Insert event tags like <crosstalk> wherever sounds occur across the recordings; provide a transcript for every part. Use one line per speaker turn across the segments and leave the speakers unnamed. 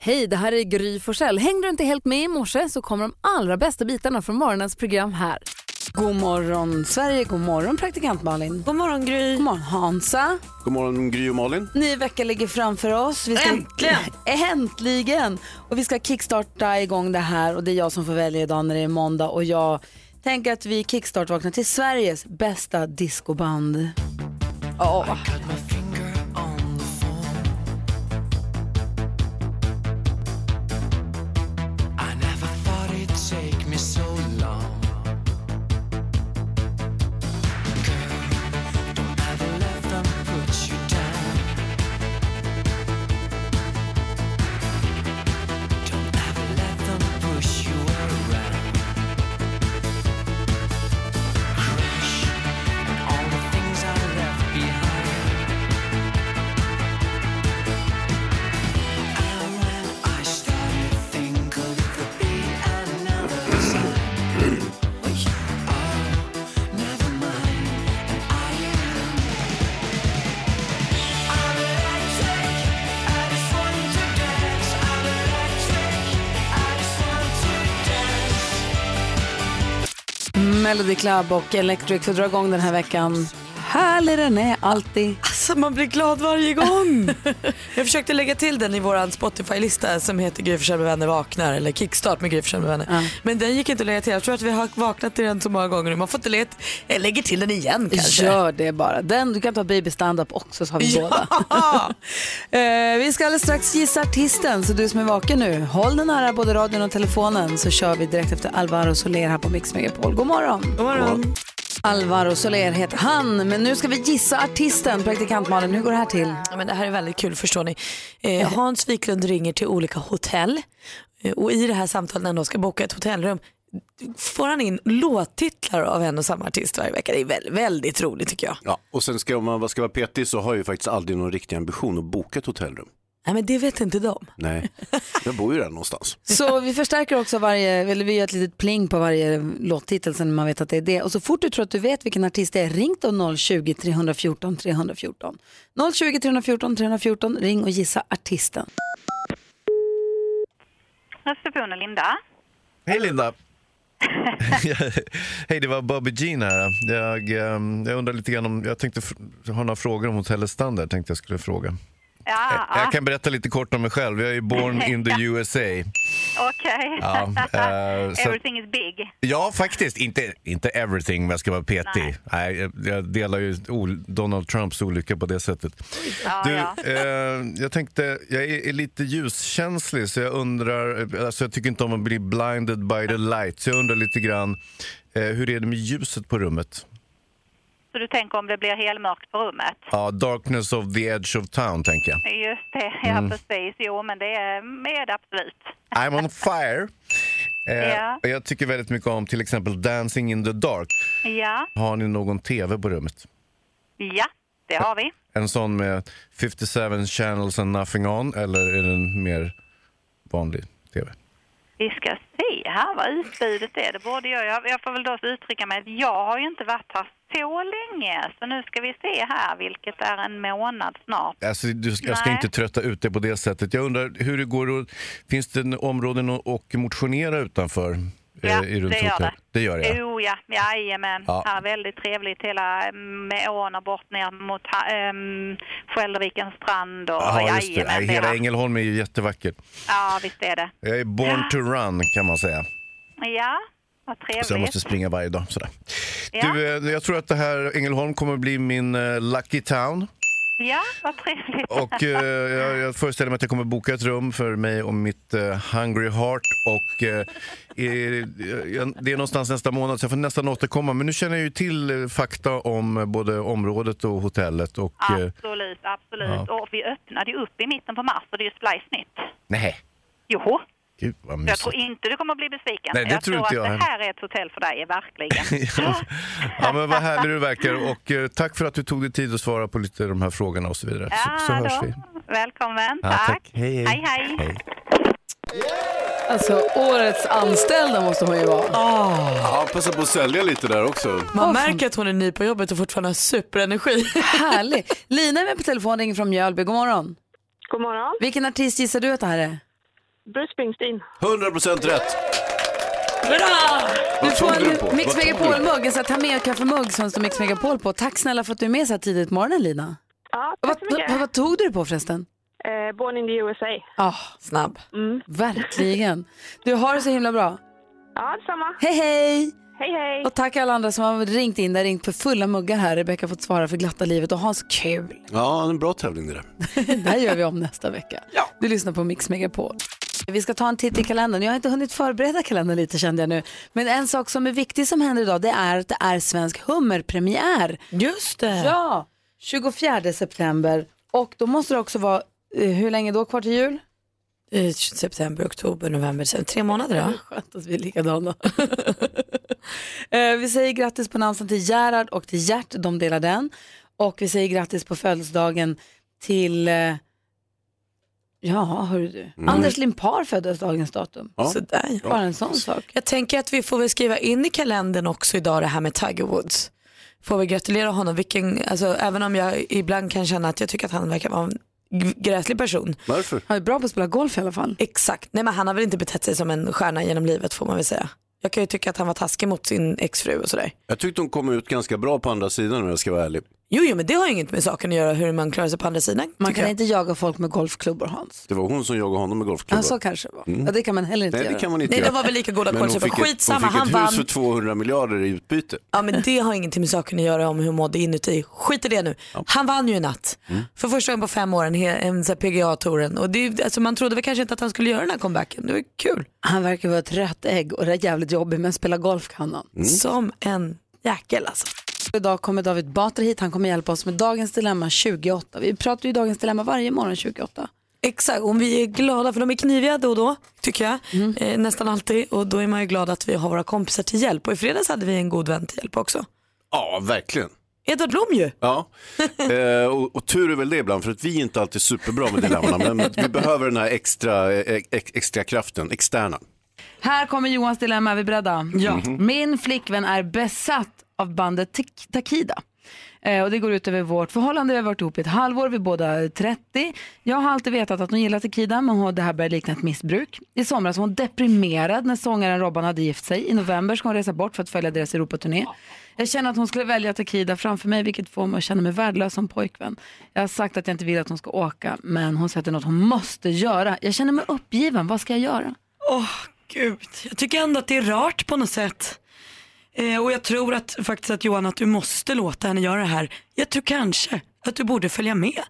Hej, det här är Gry Forssell. Hängde du inte helt med i morse så kommer de allra bästa bitarna från morgonens program här. God morgon Sverige, god morgon praktikant Malin.
God morgon Gry.
God morgon Hansa.
God morgon Gry och Malin.
Ny vecka ligger framför oss. Vi ska...
Äntligen!
<laughs> Äntligen! Och vi ska kickstarta igång det här och det är jag som får välja idag när det är måndag och jag tänker att vi kickstart-vaknar till Sveriges bästa discoband. Åh.
I never thought it'd take me so long. Girl, don't ever let them put you down. Don't ever let them push you around. Crush and all the things I left behind. And when I started to think of it could be another time. Oh, never mind. And I am. I'm electric. I just want to dance. I'm electric. I just want to dance.
Melody Club och Electric får dra igång den här veckan. Härlig den är alltid.
Alltså man blir glad
<laughs>
varje gång. jag försökte lägga till den i vår Spotify-lista som heter Gry Forssell med vänner vaknar eller Kickstart med Gry Forssell med vänner. Men den gick inte att lägga till. Jag tror att vi har vaknat till den så många gånger nu. Man får inte lägga till. Jag lägger till den igen kanske.
Gör det bara. Den, du kan ta Baby Stand-Up också så har vi båda.
<laughs> Ja.
Eh, vi ska alldeles strax gissa artisten så du som är vaken nu, håll den nära både radion och telefonen så kör vi direkt efter Alvaro Soler här på Mix Megapol. God morgon!
God morgon.
Alvaro Soler heter han, men nu ska vi gissa artisten. Praktikant Malin, hur går det här till?
Ja, men det här är väldigt kul förstår ni. Eh, Hans Wiklund ringer till olika hotell eh, och i det här samtalet när de ska boka ett hotellrum får han in låttitlar av en och samma artist varje vecka. Det är väldigt, väldigt roligt tycker jag.
Ja, och sen ska, om man ska vara petig så har jag ju faktiskt aldrig någon riktig ambition att boka ett hotellrum.
Nej men det vet inte de. <laughs>
Nej, jag bor ju där någonstans.
Så vi förstärker också varje, eller vi gör ett litet pling på varje låttitel så när man vet att det är det. Och så fort du tror att du vet vilken artist det är, ring då 020-314 314. 020 314 314, ring och gissa artisten.
Östersund och Linda. <laughs>
Hej Linda! Hej, det var Bobby Jean här. Jag, ehm, jag undrar lite grann om, jag tänkte fr- ha några frågor om hotellets standard, tänkte jag skulle fråga.
Ja,
Jag, jag kan berätta lite kort om mig själv. Jag är ju born
<laughs>
in the USA.
ja, okej.
Ja,
<laughs>
eh, så-
Everything is big.
Ja, faktiskt. Inte, inte everything, men jag ska vara petig. Nej. jag- jag delar ju ol- Donald Trumps olycka på det sättet. du,
ja.
Eh, jag tänkte, jag är, är lite ljuskänslig, så jag undrar... eh, Alltså jag tycker inte om att bli blinded by the light, så jag undrar lite grann, eh, hur är det med ljuset på rummet?
Så du tänker om det blir helmörkt på rummet?
Ja, darkness of the edge of town, tänker jag.
Just det, ja
Mm.
precis. Jo, men det är med absolut.
I'm on fire. Eh,
Ja.
och Jag tycker väldigt mycket om till exempel Dancing in the dark.
Ja,
Har ni någon tv på rummet?
ja, det har vi.
En sån med 57 channels and nothing on eller är den mer vanlig tv?
Vi ska se här vad utbudet är. Det borde jag, jag, jag får väl då uttrycka mig. Jag har ju inte varit här så länge, så nu ska vi se här, vilket är en månad snart.
Alltså, du, jag ska
Nej.
inte trötta ut dig på det sättet. Jag undrar hur det går att, Finns det en områden att och motionera utanför? eh,
Ja,
i runt
det gör
hotell?
det.
Det gör det, ja.
Jo, Oh, ja. Jajamän.
Ja.
Här är väldigt trevligt hela mm, med ån och bort ner mot um, Skäldervikens strand. Och,
Jaha, just det.
jajamän,
Nej,
det är
hela
här.
Ängelholm är ju jättevackert.
Ja, visst är det.
Jag är born to run, kan man säga.
Ja, vad
Så jag
trevligt.
måste springa varje dag. Sådär.
Ja.
Du, eh, jag tror att det här Ängelholm kommer bli min eh, lucky town.
Ja, vad trevligt.
Och eh, jag, jag föreställer mig att jag kommer boka ett rum för mig och mitt eh, hungry heart. Och eh, eh, jag- det är någonstans nästa månad så jag får nästan återkomma. Men nu känner jag ju till eh, fakta om eh, både området och hotellet. Och, eh,
Absolut, absolut. Och vi öppnade ju upp i mitten på mars och det är ju splice nytt.
nej,
Joho,
gud vad
jag
mysigt.
tror inte du kommer att bli besviken.
Nej, det
jag
tror
tror,
inte jag
att
heller.
det här är ett hotell för dig, verkligen.
<laughs> <laughs> ja. ja, men vad härlig du verkar. Och eh, tack för att du tog dig tid att svara på lite de här frågorna och så vidare. så, så
Ja,
hörs
då.
vi.
Välkommen,
Ja,
tack.
tack. Hej, hej.
hej, hej.
Hej.
Alltså årets anställda måste hon ju vara.
Ja, passa på att sälja lite där också.
Ah. Man märker att hon är ny på jobbet och fortfarande har superenergi.
Härlig. Lina är med på telefon, ringer från Mjölby. God morgon.
God morgon.
Vilken artist gissar du att det här är?
Bruce Springsteen.
100% rätt!
Bra!
Du får
tog du på?
en Mix
Vad tog du
Megapol-mugg, en sån här ta med och kaffemugg som det står Mix Megapol på. Tack snälla för att du är med så här tidigt på morgonen Lina.
Ja,
Vad,
tack så mycket.
vad, vad tog du det på förresten?
Eh, Born in the USA.
Ja,
Snabb.
Mm.
verkligen. Du har det så himla bra.
Ja, detsamma.
Hej hej!
Hej, hej.
Och tack alla andra som har ringt in, där ringt för fulla muggar här. Rebecka har fått svara för glatta livet och ha så kul.
Ja, en bra tävling det där.
Det här gör vi om nästa
<laughs>
vecka. Du lyssnar på Mix Megapol. Vi ska ta en titt i kalendern. Jag har inte hunnit förbereda kalendern lite kände jag nu. Men en sak som är viktig som händer idag det är att det är svensk hummerpremiär.
Just det.
Ja, 24 september. Och då måste det också vara, eh, hur länge då kvar till jul?
Eh, September, oktober, november, december. Tre månader då?
Skönt att vi är likadana. <laughs> Eh, vi säger grattis på namnsdagen till Gerhard och till Gert, de delar den. Och vi säger grattis på födelsedagen till, eh, ja hörru du, Anders Limpar föddes dagens datum.
Ja.
Sådär Mm. ja.
Bara en sån sak.
Jag tänker att vi får väl skriva in i kalendern också idag det här med Tiger Woods. Får vi gratulera honom, vilken, alltså, även om jag ibland kan känna att jag tycker att han verkar vara en g- gräslig person.
Varför?
Han är bra på att spela golf i alla fall.
Exakt, nej men han har väl inte betett sig som en stjärna genom livet får man väl säga. Jag kan ju tycka att han var taskig mot sin exfru och sådär.
Jag tyckte hon kom ut ganska bra på andra sidan om jag ska vara ärlig.
Jo, jo men det har ju inget med saken att göra hur man klarar sig på andra sidan.
Man
tycker
kan
jag.
inte jaga folk med golfklubbor Hans.
Det var hon som jagade honom med golfklubban.
Ja, så kanske det var. Ja, det kan man heller inte
Mm. Nej,
göra.
det kan man inte
Nej,
göra.
de var väl lika goda
Men hon
kålsupor.
fick, ett, hon
Skitsamma,
fick
han
ett hus för
vann.
200 miljarder i utbyte.
Ja men det har ingenting med saken att göra om hur hon mådde inuti. Skit i det nu. Han vann ju i natt.
Mm.
För första gången på fem år en, he- en PGA-touren. Och det, är- alltså, man trodde väl kanske inte att han skulle göra den här comebacken. Det var kul.
Han verkar vara ett rött ägg och det är jävligt jobbigt men spela golf kan han.
Som en jäkel alltså.
Idag kommer David Batra hit, han kommer hjälpa oss med Dagens Dilemma 28. Vi pratar ju Dagens Dilemma varje morgon 28.
Exakt, om vi är glada för de är kniviga då och då tycker jag.
Mm.
Eh, nästan alltid. Och då är man ju glad att vi har våra kompisar till hjälp. Och i fredags hade vi en god vän till hjälp också.
Ja, verkligen.
Edvard Blom ju.
Ja, eh, och, och tur är väl det ibland för att vi är inte alltid superbra med dilemmana men vi behöver den här extra, eh, ex, extra kraften, externa.
Här kommer Johans Dilemma, är vi beredda? Ja. Min flickvän är besatt av bandet Tik- Takida. Eh, och det går ut över vårt förhållande. Vi har varit ihop i ett halvår, vi är båda 30. Jag har alltid vetat att hon gillar Takida, men hon, det här börjar likna ett missbruk. I somras var hon deprimerad när sångaren Robban hade gift sig. I november ska hon resa bort för att följa deras Europaturné. Jag känner att hon skulle välja Takida framför mig, vilket får mig att känna mig värdelös som pojkvän. Jag har sagt att jag inte vill att hon ska åka, men hon säger att det är något hon måste göra. Jag känner mig uppgiven, vad ska jag göra?
Åh gud, jag tycker ändå att det är rart på något sätt. Eh, och jag tror att faktiskt att Johan att du måste låta henne göra det här. Jag tror kanske att du borde följa med.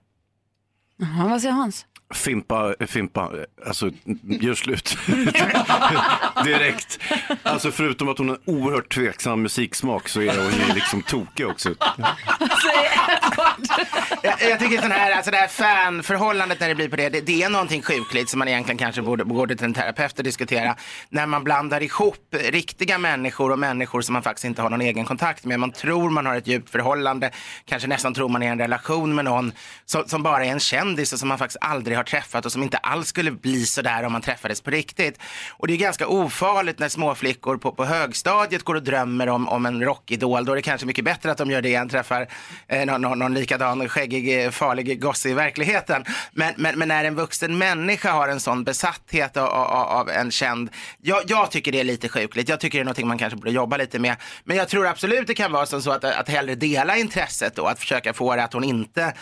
Jaha, vad säger Hans?
Fimpa, eh, fimpa, alltså gör slut. <laughs> Direkt. Alltså förutom att hon har oerhört tveksam musiksmak så är hon ju liksom tokig också.
Jag, jag tycker sån här, alltså det här fanförhållandet när det blir på det, det, det är någonting sjukligt som man egentligen kanske borde gå till en terapeut och diskutera. När man blandar ihop riktiga människor och människor som man faktiskt inte har någon egen kontakt med. Man tror man har ett djupt förhållande, kanske nästan tror man är i en relation med någon som, som bara är en kändis och som man faktiskt aldrig har träffat och som inte alls skulle bli sådär om man träffades på riktigt. Och det är ganska ofarligt när små flickor på, på högstadiet går och drömmer om, om en rockidol. Då är det kanske mycket bättre att de gör det än träffar eh, någon, någon, någon likadan skäggig, eh, farlig gosse i verkligheten. Men, men, men när en vuxen människa har en sån besatthet av, av, av en känd, jag, jag tycker det är lite sjukligt. Jag tycker det är någonting man kanske borde jobba lite med. Men jag tror absolut det kan vara som så att, att hellre dela intresset då, att försöka få det att hon inte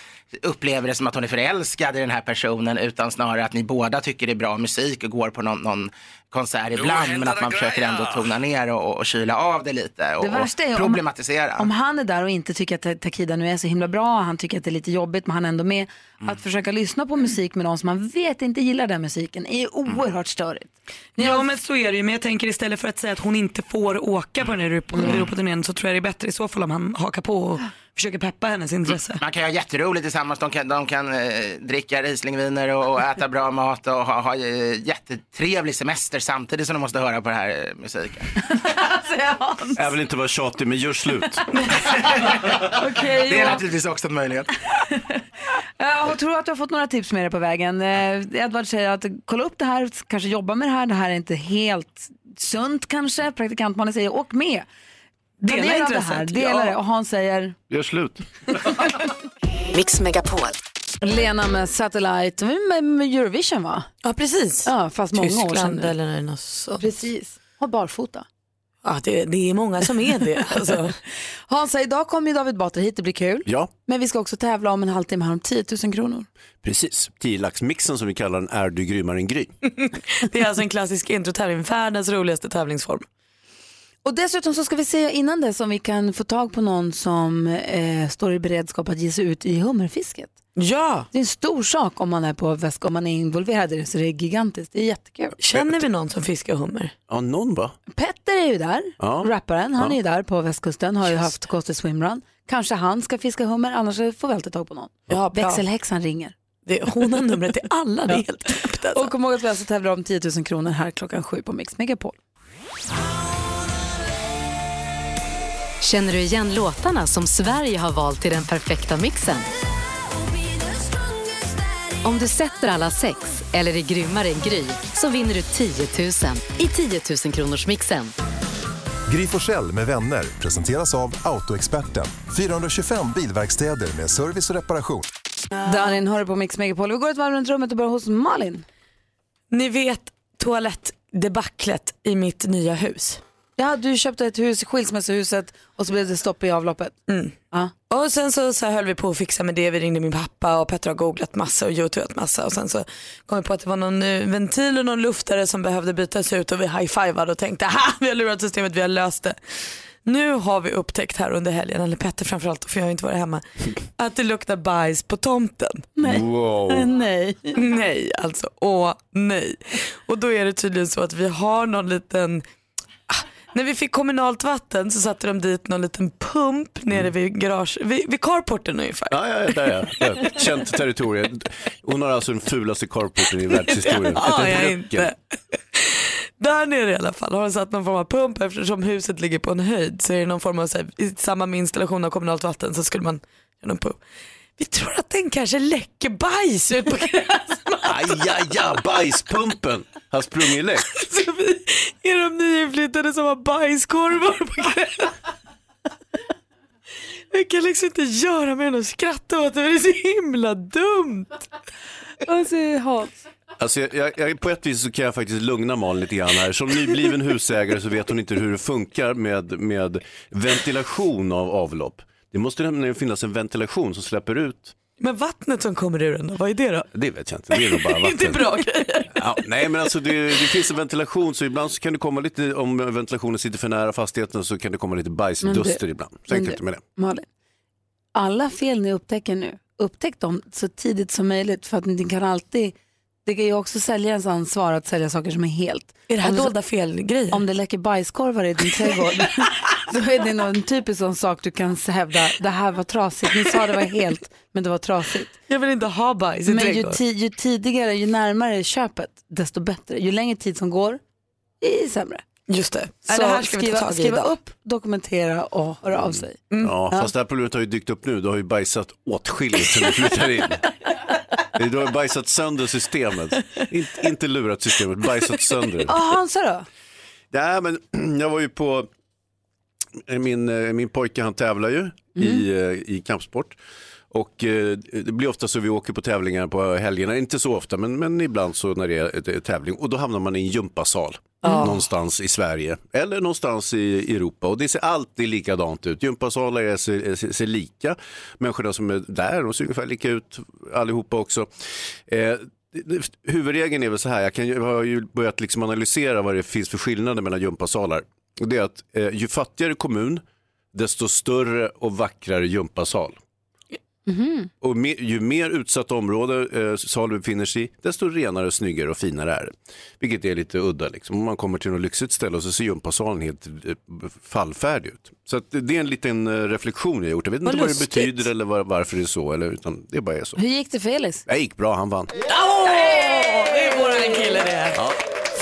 upplever det som att hon är förälskad i den här personen utan snarare att ni båda tycker det är bra musik och går på någon, någon konsert ibland men att man försöker ändå tona ner och, och, och kyla av det lite och,
Det värsta är
och
om-
problematisera.
Om han är där och inte tycker att Ta- Takida nu är så himla bra, han tycker att det är lite jobbigt men han är ändå med. Att försöka lyssna på musik med någon som man vet inte gillar den musiken är oerhört störigt.
Ja men så är det ju. Men jag tänker istället för att säga att hon inte får åka på den här Europa-
Mm.
Europaturnén så tror jag det är bättre i så fall om han hakar på och försöker peppa hennes intresse.
Mm. Man kan ha jätteroligt tillsammans. De kan, de kan eh, dricka Rieslingviner och, och äta bra mat och ha, ha eh, jättetrevlig semester samtidigt som de måste höra på den här eh, musiken.
Jag vill inte vara tjatig men gör slut.
Okej
Det är
Johan,
naturligtvis också en möjlighet.
jag tror att du har fått några tips med dig på vägen. Eh, Edvard säger att kolla upp det här, kanske jobba med det här, det här är inte helt sunt kanske. Praktikantmannen säger åk med. Ta del av det här, dela det. Och Hans säger,
Gör slut.
Mix Megapol.
Lena med Satellite, med, med Eurovision va?
Ja, precis.
Ja, fast många år sedan
Tyskland
nu.
eller något sånt.
Precis, och barfota.
Ja, det, det är många som är det.
<laughs>
Alltså.
Hansa, idag kommer ju David Batra hit, det blir kul.
Ja,
Men vi ska också tävla om en halvtimme här om 10 000 kronor.
precis. Tiolaxmixen som vi kallar den är du grymmare än Gry.
Det är alltså en klassisk introtävling, världens roligaste tävlingsform.
Och dessutom så ska vi se innan det om vi kan få tag på någon som eh, står i beredskap att ge sig ut i hummerfisket.
Ja,
Det är en stor sak om man är på väst, om man är involverad i det så det är gigantiskt. Det är jättekul.
känner vi någon som fiskar hummer?
Ja, någon va?
Petter är ju där,
Ja.
rapparen. Han
Ja.
är ju där på västkusten, har ju haft Ghost och Swimrun. Kanske han ska fiska hummer, annars får vi alltid tag på någon.
Ja, bra.
Växelhäxan ringer.
Det, hon har numret till alla, det är helt knäppt alltså.
Och kom ihåg att vi alltså tävlar om 10 000 kronor här klockan sju på Mix Megapol.
Känner du igen låtarna som Sverige har valt till den perfekta mixen? Om du sätter alla sex, eller är grymmare än Gry, så vinner du 10 000 i 10 000 kronors mixen.
Gry Forssell med vänner presenteras av Autoexperten. 425 bilverkstäder med service och reparation.
Darin hör du på Mix Megapol. Vi går ett varv runt rummet och börjar hos Malin.
Ni vet toalettdebaclet i mitt nya hus.
Ja, du köpte ett hus i skilsmässohuset och så blev det stopp i avloppet. Ja.
Mm. Och sen så, så här höll vi på att fixa med det. Vi ringde min pappa och Petter har googlat massa och youtubat massa. Och sen så kom vi på att det var någon eh, ventil och någon luftare som behövde bytas ut och vi high-fivade och tänkte ha vi har lurat systemet, vi har löst det. Nu har vi upptäckt här under helgen, eller Petter framförallt, för jag har inte varit hemma, att det luktar bajs på tomten.
Wow.
Nej.
Nej, alltså åh nej. Och då är det tydligen så att vi har någon liten Ah, när vi fick kommunalt vatten så satte de dit någon liten pump nere vid, garage, vid, vid carporten ungefär.
Ja, ja, ja, där är jag. Där. Känt territorium. Hon har alltså den fulaste
<laughs>
carporten i världshistorien.
Det har jag
Röcken.
inte. Där nere i alla fall har de satt någon form av pump eftersom huset ligger på en höjd så är det någon form av, så här, i samband med installation av kommunalt vatten så skulle man göra någon pump. Vi tror att den kanske läcker bajs ut på <laughs> gräsmattan.
Aj, aj, aj, bajspumpen har sprungit läck.
Så vi är de nyinflyttade som har
<laughs>
bajskorvar på kvällen. Vi kan liksom inte göra mer än att skratta åt det, det är så himla dumt.
Alltså, jag, jag, jag, på ett vis så kan jag faktiskt lugna Malin lite grann här. Som nybliven husägare så vet hon inte hur det funkar med, med ventilation av avlopp. Det måste nämligen finnas en ventilation som släpper ut.
Men vattnet som kommer ur den då, vad är det då?
Det vet jag inte, <laughs> det är nog bara vatten.
Inte bra grejer.
Ja, nej men alltså det, det finns en ventilation så ibland så kan det komma lite, om ventilationen sitter för nära fastigheten så kan det komma lite bajsduster
Men du-
ibland. Så enkelt
du-
med det.
Malin, alla fel ni upptäcker nu, upptäck dem så tidigt som möjligt för att ni kan alltid, det är ju också säljarens ansvar att sälja saker som är helt.
Är det här
Om
dolda felgrejer?
Om det läcker bajskorvar i din trädgård,
<laughs>
då är det någon typisk sån sak du kan hävda, det här var trasigt, ni sa det var helt, men det var trasigt.
Jag vill inte ha bajs i
Men ju,
trädgården.
ti- ju tidigare, ju närmare köpet, desto bättre. Ju längre tid som går, i sämre.
Just det.
Så
Så det här ska vi
skriva,
ta tag i
skriva
idag.
upp, dokumentera och höra av sig.
Mm. Ja, fast det här problemet har ju dykt upp nu. Du har ju bajsat åtskilligt sen du flyttade in. Du har bajsat sönder systemet. In, inte lurat systemet, bajsat sönder det.
Ja, Hansa då?
Nej, men <clears throat> jag var ju på, min, eh, min pojke han tävlar ju i, eh, i kampsport. Och eh, det blir ofta så vi åker på tävlingar på helgerna, inte så ofta men, men ibland så när det är ett- ett tävling och då hamnar man i en gympasal någonstans i Sverige eller någonstans i Europa och det ser alltid likadant ut. Gympasalar är- ser, ser, ser lika, människorna som är där de ser ungefär lika ut allihopa också. Eh, det- Huvudregeln är väl så här, jag, kan, ju- jag har ju börjat liksom analysera vad det finns för skillnader mellan gympasalar. Och det är att eh, ju fattigare kommun, desto större och vackrare gympasal. Och me, ju mer utsatt område eh, sal du befinner sig i, desto renare, snyggare och finare är det. Vilket är lite udda. Liksom. Om man kommer till något lyxigt ställe och så ser gympasalen helt eh, fallfärdig ut. Så att det är en liten eh, reflektion jag gjort. Jag vet inte vad det
lustigt.
betyder eller var, varför det är så, eller, utan det bara är så.
Hur gick det för Elis?
Det gick bra, han vann.
Det är våran kille det.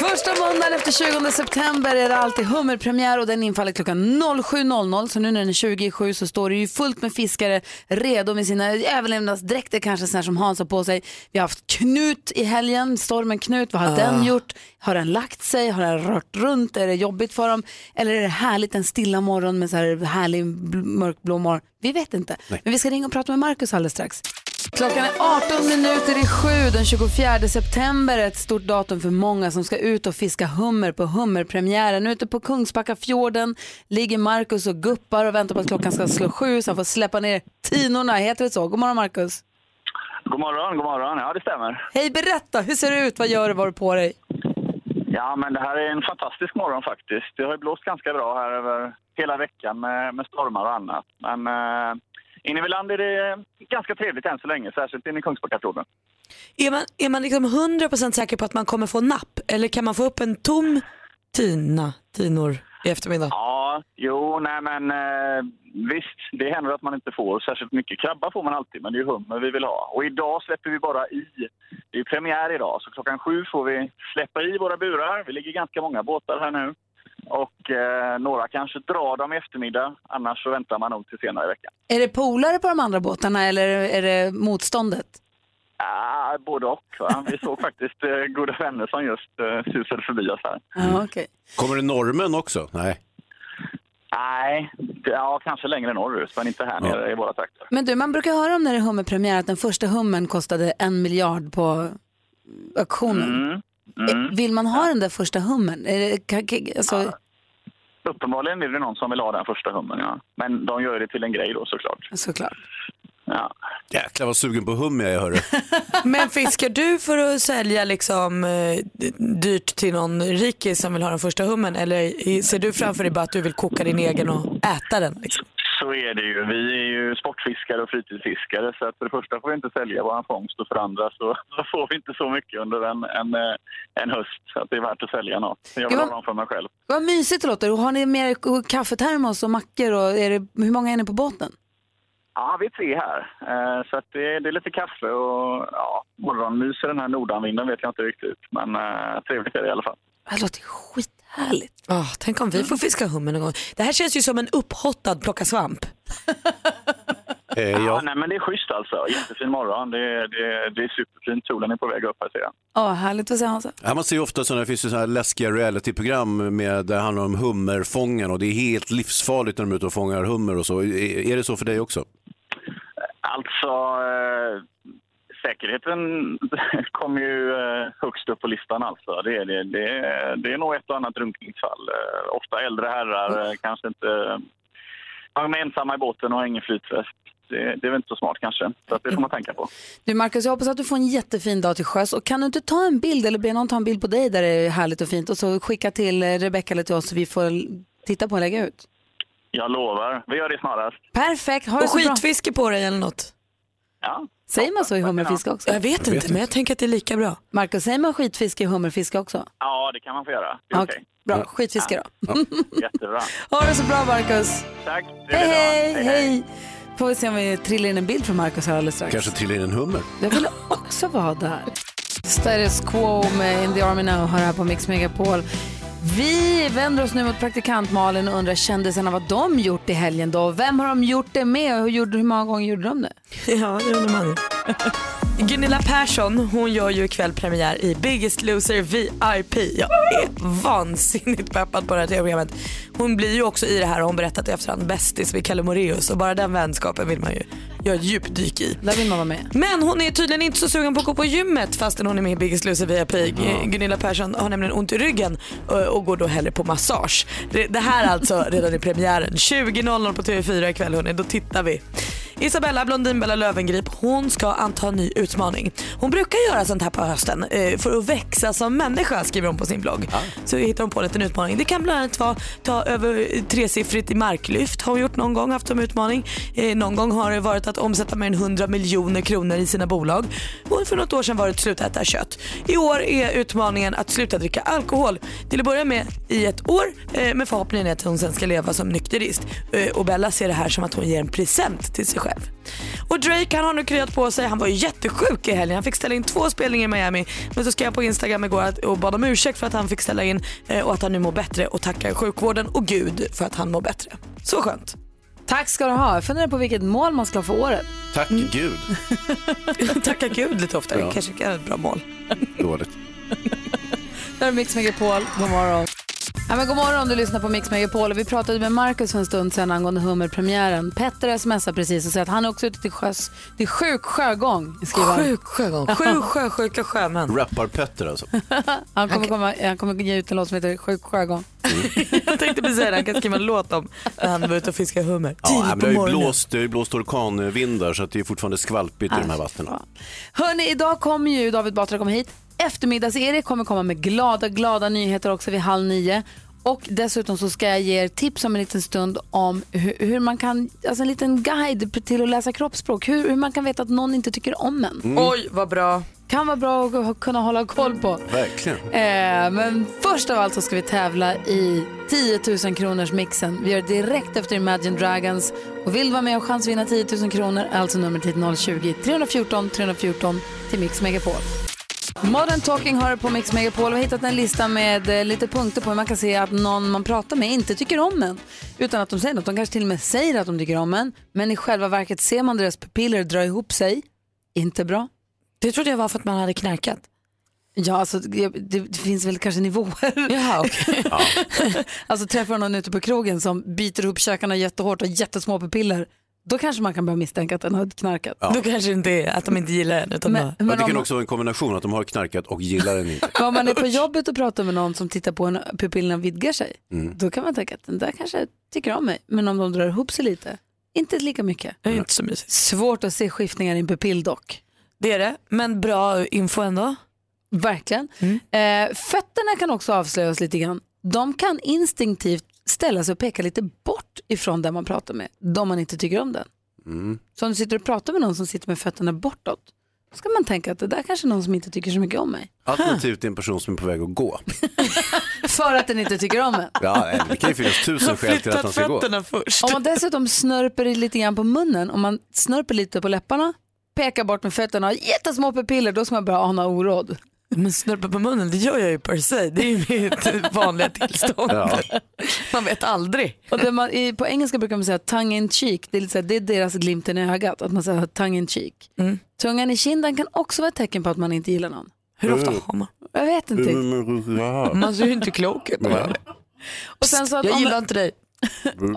Första måndagen efter 20 september är det alltid hummerpremiär och den infaller klockan 07.00. Så nu när den är 27 så står det ju fullt med fiskare redo med sina överlevnadsdräkter kanske sådana som Hans har på sig. Vi har haft Knut i helgen, stormen Knut, vad har den gjort? Har den lagt sig? Har den rört runt? Är det jobbigt för dem? Eller är det härligt en stilla morgon med så här härlig bl- mörkblå morgon? Vi vet inte. Men vi ska ringa och prata med Markus alldeles strax. Klockan är 18 minuter i sju den 24 september. Ett stort datum för många som ska ut och fiska hummer på hummerpremiären. Ute på Kungsbackafjorden ligger Marcus och guppar och väntar på att klockan ska slå sju så han får släppa ner tinorna. Heter det så? God morgon Marcus.
God morgon, god morgon. Ja, det stämmer.
Hej, berätta. Hur ser det ut? Vad gör du? Vad har du på dig?
Ja, men det här är en fantastisk morgon faktiskt. Det har ju blåst ganska bra här över hela veckan med, med stormar och annat. Men eh, inne vid land är det ganska trevligt än så länge, särskilt inne i Kungsbackafjorden.
Är man, är man liksom 100% säker på att man kommer få napp eller kan man få upp en tom tina, tinor i eftermiddag?
Ja, jo, nej men eh, visst, det händer att man inte får särskilt mycket. Krabba får man alltid, men det är ju hummer vi vill ha. Och idag släpper vi bara i. Det är ju premiär idag, så klockan sju får vi släppa i våra burar. Vi ligger ganska många båtar här nu. Och eh, några kanske drar dem i eftermiddag, annars så väntar man nog till senare i veckan.
Är det polare på de andra båtarna eller är det motståndet?
Ah, både och. Va? Vi
<laughs>
såg faktiskt eh, goda vänner som just eh, susade förbi oss här.
Ja, okej.
Kommer det normen också? Nej.
Nej, det- ja, kanske längre norrut, men inte här nere i våra trakter.
Men du, man brukar höra om när det är hummerpremiär att den första hummen kostade en miljard på auktionen.
Mm,
Eh, Vill man ha den där första hummen? Är det, ka- ka- alltså,
Uppenbarligen är det någon som vill ha den första hummen, ja. Men de gör det till en grej då såklart.
Såklart.
Ja.
Jäklar vad sugen på hummer jag är, hörru.
Men fiskar du för att sälja liksom eh, dyrt till någon rikis som vill ha den första hummen eller i- ser du framför dig bara att du vill koka din egen och äta den? Liksom?
Så är det ju. Vi är ju sportfiskare och fritidsfiskare så att för det första får vi inte sälja vår fångst och för det andra så, <laughs> så får vi inte så mycket under en, en, eh, en höst så att det är värt att sälja något. Jag vill
Ja.
ha dem för mig själv.
vad mysigt det låter. Och Har ni med er kaffetermos och mackor? Och är det, hur många är ni på båten?
Ja, vi är tre här. Eh, Så att det, är- det är lite kaffe och ja, morgonmys i den här nordanvinden vet jag inte riktigt. Men eh, trevligt är det i alla fall.
Det låter skithärligt.
Ah, tänk om vi får fiska hummer någon gång. Det här känns ju som en upphottad plocka svamp.
ja. nej, men det är schysst alltså. Jättefin morgon. Det, det, det är superfint. Solen är på väg upp här ser jag.
Ja, härligt. Vad säger Hansa?
Ja, man ser ju ofta sådana, det finns ju sådana här läskiga realityprogram med, där det handlar om hummerfångaren och det är helt livsfarligt när de är ute och fångar hummer och så. Är, är det så för dig också?
Alltså, eh, säkerheten <laughs> kommer ju eh, högst upp på listan alltså. Det är, det, det, det är nog ett och annat drunkningsfall. Eh, ofta äldre herrar, eh, kanske inte... De är ensamma i båten och har ingen flytväst. Det, det är väl inte så smart kanske, så att det får man tänka på.
Du Marcus, jag hoppas att du får en jättefin dag till sjöss. Och kan du inte ta en bild eller be någon ta en bild på dig där det är härligt och fint och så skicka till eh, Rebecca eller till oss så vi får titta på och lägga ut.
Jag lovar, vi gör det snarast.
Perfekt, ha det
Och
så bra.
skitfiske på dig eller något.
Ja.
Säger man så i hummerfiske också?
Jag vet inte men jag tänker att det är lika bra.
Marcus, säger man skitfiske i hummerfiske också?
Ja, det kan man få göra. Det är
Ja,
okej.
Bra, skitfiske då.
Jättebra.
<laughs> Ha det så bra Marcus.
Tack.
Hej, hej, hej. Får vi se om vi trillar in en bild från Marcus här alldeles strax.
Kanske trillar in en hummer?
Jag vill också vara där. Status quo med In the Army Now hör här på Mix Megapol. Vi vänder oss nu mot praktikant Malin och undrar kändisarna vad de gjort i helgen då. Vem har de gjort det med och hur, gjorde, hur många gånger gjorde de det?
Ja, det undrar man. <laughs> Gunilla Persson, hon gör ju ikväll premiär i Biggest Loser VIP. Jag är vansinnigt peppad på det här tv-programmet. Hon blir ju också i det här, har hon berättat i efterhand, bästis med Kalle Moreus och bara den vänskapen vill man ju göra ett djupdyk i.
Där vill man vara med.
Men hon är tydligen inte så sugen på att gå på gymmet fastän hon är med i Biggest Loser VIP. Gu- Gunilla Persson har nämligen ont i ryggen ö, och går då hellre på massage. Det- Det här alltså redan i premiären. 20.00 på TV4 ikväll hörni, då tittar vi. Isabella Blondinbella Lövengrip, hon ska anta en ny utmaning. Hon brukar göra sånt här på hösten eh, för att växa som människa skriver hon på sin blogg. Så hittar hon på en liten utmaning. Det kan bland annat vara ta över tresiffrigt i marklyft har hon gjort någon gång, haft som utmaning. Eh, någon gång har det varit att omsätta mer än 100 miljoner kronor i sina bolag. Och för något år sedan var det att sluta äta kött. I år är utmaningen att sluta dricka alkohol. Till att börja med i ett år eh, men förhoppningen är att hon sen ska leva som nykterist. Eh, och Bella ser det här som att hon ger en present till sig själv. Och Drake han har nu kryat på sig. Han var ju jättesjuk i helgen. Han fick ställa in två spelningar i Miami. Men så skrev jag på Instagram igår att, och bad om ursäkt för att han fick ställa in eh, och att han nu mår bättre och tackar sjukvården och Gud för att han mår bättre. Så skönt.
Tack ska du ha. Jag funderar på vilket mål man ska ha för året.
Tack gud.
Mm. <laughs> Tacka Gud lite oftare.
Ja.
Kanske kan vara ett bra mål.
Dåligt.
Där är Mix Megapol. God morgon. Ja, men god morgon, du lyssnar på Mix Megapol. Och Vi pratade med Markus för en stund sedan angående hummerpremiären. Petter smsar precis och säger att han är också ute till sjöss. Det är sjuk sjögång, skriver han.
Sjuk sjögång. <laughs> Sju sjösjuka sjömän.
Rappar-Petter alltså.
<laughs> Han kommer, komma, han kommer ge ut en låt som heter Sjuk sjögång.
<laughs> Jag tänkte precis säga det, han kan skriva en låt om när han var ute och fiskade hummer.
Ja, nej, men det
på
har ju
morgonen.
blåst, det har ju blåst orkanvindar så att det är fortfarande skvalpigt i de
Ah,
här vattnen.
Hörni, idag kommer ju David Batra komma hit. Eftermiddags-Erik kommer komma med glada, glada nyheter också vid halv nio. Och dessutom så ska jag ge er tips om en liten stund om hur, hur man kan, alltså en liten guide p- till att läsa kroppsspråk. Hur, hur man kan veta att någon inte tycker om en.
Mm. Oj, vad bra.
Kan vara bra att ha- kunna hålla koll på.
Verkligen.
Eh, men först av allt så ska vi tävla i 10 000 kronors mixen. Vi gör det direkt efter Imagine Dragons. Och vill du vara med och chansvinna 10 000 kronor är alltså nummer till 020 314 314 till Mix Megapol. Modern Talking har det på Mix Megapol och har hittat en lista med eh, lite punkter på hur man kan se att någon man pratar med inte tycker om en. Utan att de säger något. De kanske till och med säger att de tycker om en. Men i själva verket ser man deras pupiller dra ihop sig. Inte bra.
Det trodde jag var för att man hade knarkat.
Ja, alltså det, det det finns väl kanske nivåer. <laughs>
Jaha, okay.
Alltså träffar någon ute på krogen som biter ihop käkarna jättehårt och har jättesmå pupiller. Då kanske man kan börja misstänka att den har knarkat.
Ja.
Då kanske det inte är att de inte gillar en. Utan
Men-
bara...
Men det
om-
kan också vara en kombination att de har knarkat och gillar
<laughs>
den inte.
Men Om man är på jobbet och pratar med någon som tittar på en och pupillerna vidgar sig,
Mm.
då kan man tänka att den där kanske tycker om mig. Men om de drar ihop sig lite, inte lika mycket.
Det är inte så mysigt.
Svårt att se skiftningar i en pupill dock.
Det är det, men bra info ändå. Mm.
Verkligen. Eh, fötterna kan också avslöjas lite grann. De kan instinktivt ställa sig och peka lite bort ifrån den man pratar med, de man inte tycker om den.
Mm.
Så om du sitter och pratar med någon som sitter med fötterna bortåt, då ska man tänka att det där kanske är någon som inte tycker så mycket om mig.
Alternativt är en person som är på väg att gå.
För att den inte tycker om en.
Ja, nej, det kan ju finnas tusen skäl till att han ska gå.
Om man dessutom snörper i lite grann på munnen, om man snörper lite på läpparna, pekar bort med fötterna och har jättesmå pupiller, då ska man börja ana oråd.
Men snörpa på munnen, det gör jag ju per se. Det är ju mitt <laughs> vanliga tillstånd.
Ja.
Man vet aldrig.
Och det man, i, på engelska brukar man säga tongue in cheek, det är, lite så här, det är deras glimten i ögat, att man säger tongue in cheek.
Mm.
Tungan i kinden kan också vara ett tecken på att man inte gillar någon.
Hur ofta har man?
Jag vet inte.
Man ser ju inte klok ut. när man gör det.
Och sen så att
Jag
om-
gillar inte dig.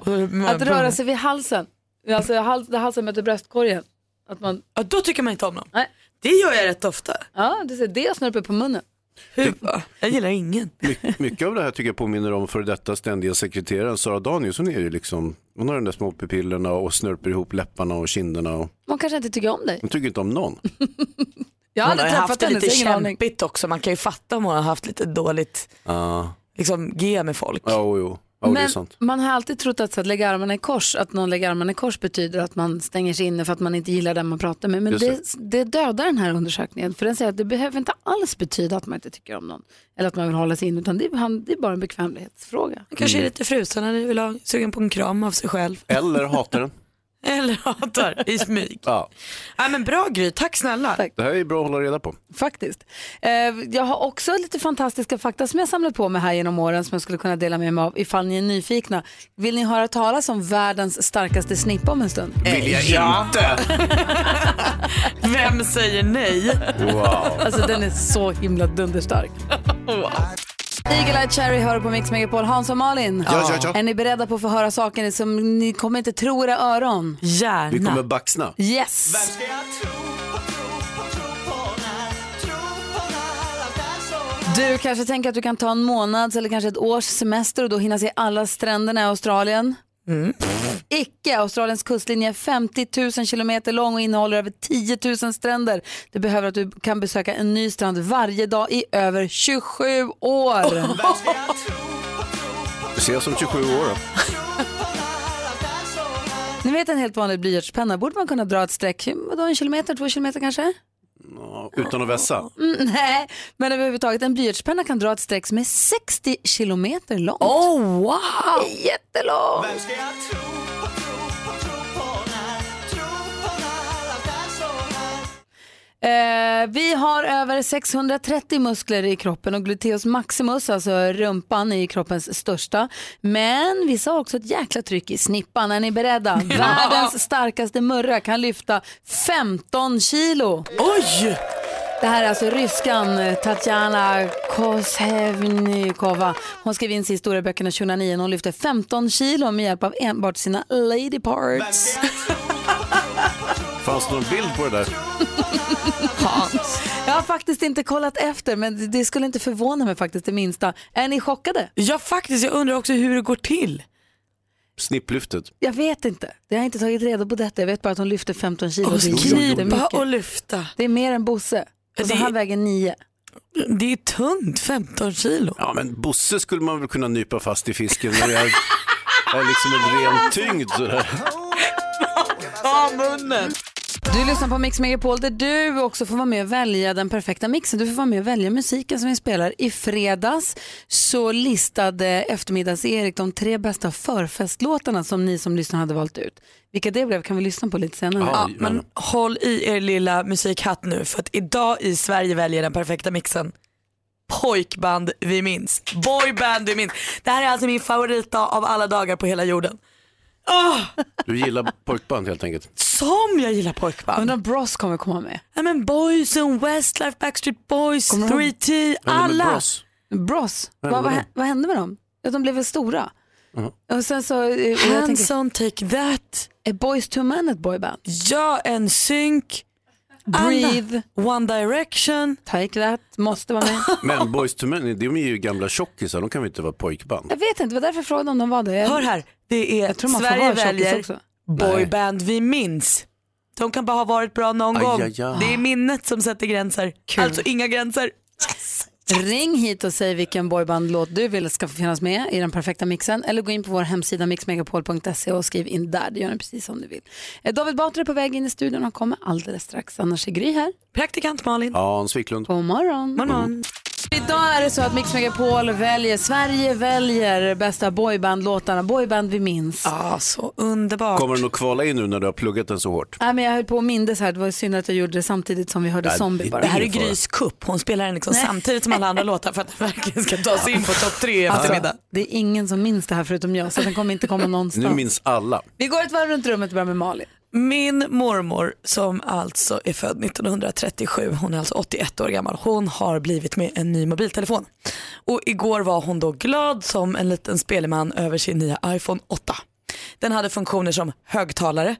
Mm.
Att röra sig vid halsen, alltså hals, där halsen möter bröstkorgen. Att man...
ja, då tycker man inte om dem.
Nej.
Det gör jag rätt ofta.
Ja, det är det och snurpar på munnen.
Jag gillar ingen.
My- mycket av det här tycker jag påminner om för detta ständiga sekreteraren Sara Danius. Hon är ju liksom, hon har de där små pupillerna och snörper ihop läpparna och kinderna. Och,
Man kanske inte tycker om dig.
hon tycker inte om någon.
Jag har
Hon
aldrig
har ju haft
träffat
det
henne, så
lite
jag har ingen aning.
kämpigt också. Man kan ju fatta om hon har haft lite dåligt
Ja,
liksom, G med folk.
jo, jo. Ja, det är
Men
sant.
man har alltid trott att, så att lägga armarna i kors, att någon lägger armarna i kors betyder att man stänger sig inne för att man inte gillar den man pratar med. Men
Just
det, det dödar den här undersökningen, för den säger att det behöver inte alls betyda att man inte tycker om någon eller att man vill hålla sig inne, utan det är, han- det är bara en bekvämlighetsfråga.
Man kanske är
Mm.
lite frusen eller vill ha sugen på en kram av sig själv.
Eller hatar den.
<laughs> Eller hatar i smyg.
Ja.
Nej, men bra Gry, tack snälla.
Det här är bra att hålla reda på.
Faktiskt. Eh, jag har också lite fantastiska fakta som jag samlat på mig här genom åren som jag skulle kunna dela med mig av ifall ni är nyfikna. Vill ni höra talas om världens starkaste snippa om en stund?
Eh,
Vill jag inte.
Vem säger nej?
Alltså den är så himla dunderstark. Eagle Eye Cherry hör på Mix Megapol. Hans och Malin,
Ja, ja, ja.
är ni beredda på att få höra saker som ni kommer inte tro era öron?
Gärna.
Vi kommer baxna.
Yes! Du kanske tänker att du kan ta en månads eller kanske ett års semester och då hinna se alla stränderna i Australien.
Mm.
Icke! Australiens kustlinje är 50 000 kilometer lång och innehåller över 10 000 stränder. Det behöver att du kan besöka en ny strand varje dag i över 27 år.
Vi ses om 27 år. Då.
Ni vet en helt vanlig blyertspenna, borde man kunna dra ett streck, vadå en kilometer, två kilometer kanske?
Ja, Utan att vässa.
Mm, <laughs> nej, men överhuvudtaget en blyertspenna kan dra ett streck som är 60 kilometer långt.
Oh wow!
Det är jättelångt! Eh, vi har över 630 muskler i kroppen och gluteus maximus, alltså rumpan, är ju kroppens största. Men vissa har också ett jäkla tryck i snippan. Är ni beredda? Världens starkaste murra kan lyfta 15 kilo.
Oj!
Det här är alltså ryskan eh, Tatjana Kosevnikova. Hon skrev in sig i historieböckerna 2009 när hon lyfte 15 kilo med hjälp av enbart sina lady parts.
Fanns det någon bild på det där?
Hans. Jag har faktiskt inte kollat efter men det skulle inte förvåna mig faktiskt det minsta. Är ni chockade?
Ja faktiskt, jag undrar också hur det går till.
Snipplyftet.
Jag vet inte. Jag har inte tagit reda på detta. Jag vet bara att hon lyfte 15 kilo.
Och
Det är
knipa
jättemycket.
och lyfta.
Det är mer än Bosse. Och så
Det-
han väger 9.
Det är tungt, 15 kilo.
Ja, men Bosse skulle man väl kunna nypa fast i fisken. när Jag jag är liksom en ren tyngd sådär.
Ta munnen!
Du lyssnar på Mix Megapol där du också får vara med och välja den perfekta mixen. Du får vara med och välja musiken som vi spelar. I fredags så listade eftermiddags-Erik de tre bästa förfestlåtarna som ni som lyssnar hade valt ut. Vilka det blev kan vi lyssna på lite senare.
Mm, Ja, men håll i er lilla musikhatt nu för att idag i Sverige väljer den perfekta mixen. Pojkband vi minns, boyband vi minns. Det här är alltså min favoritdag av alla dagar på hela jorden. Ah, Åh,
Du gillar pojkband helt enkelt.
som jag gillar pojkband.
Undrar om Bros kommer komma med.
Ja, men Boys and Westlife, Backstreet Boys, 3T, alla.
Bros?
Vad
Vad,
hände
vad,
med
hä- vad hände med dem? Ja, de blev väl stora? Och sen så...
Hanson, take that.
Är Boys to Men ett boyband?
Ja, en synk.
Breathe.
One Direction.
Take that, måste vara
<laughs>
med.
Men Boys to Men, de är ju gamla tjockisar, de kan väl inte vara pojkband?
Jag vet inte, det var därför jag frågade om de var det. Jag...
Hör här, det är
tror man får
Sverige
vara tjockis
väljer
också.
boyband vi minns. De kan bara ha varit bra någon
Aj,
gång.
aj, aj.
Det är minnet som sätter gränser. Alltså inga gränser.
Ring hit och säg vilken boybandlåt du vill ska få finnas med i den perfekta mixen eller gå in på vår hemsida mixmegapol.se och skriv in där. Det gör ni precis som du vill. Eh, David Batra är på väg in i studion och kommer alldeles strax. Annars är Gry här.
Praktikant Malin.
Hans Wiklund. Mm.
God morgon.
morgon.
Idag är det så att Mix Megapol väljer, Sverige väljer bästa boybandlåtarna, boyband vi minns.
Ah, så underbart.
Kommer den att kvala in nu när du har pluggat den så hårt?
Nej, men jag höll på att mindes här, det var synd att jag gjorde det samtidigt som vi hörde
Nej,
Zombie bara.
det här är
Det är Grys kupp. Hon spelar den liksom samtidigt
<laughs>
som alla andra låtar för att den verkligen ska ta sig in på topp tre i eftermiddag.
Alltså, det är ingen som minns det här förutom jag så den kommer inte komma
Nu
någonstans.
minns alla.
Vi går ett varv runt rummet och börjar med Malin.
Min mormor som alltså är född 1937, hon är alltså 81 år gammal, hon har blivit med en ny mobiltelefon. Och igår var hon då glad som en liten spelman över sin nya iPhone 8. Den hade funktioner som högtalare.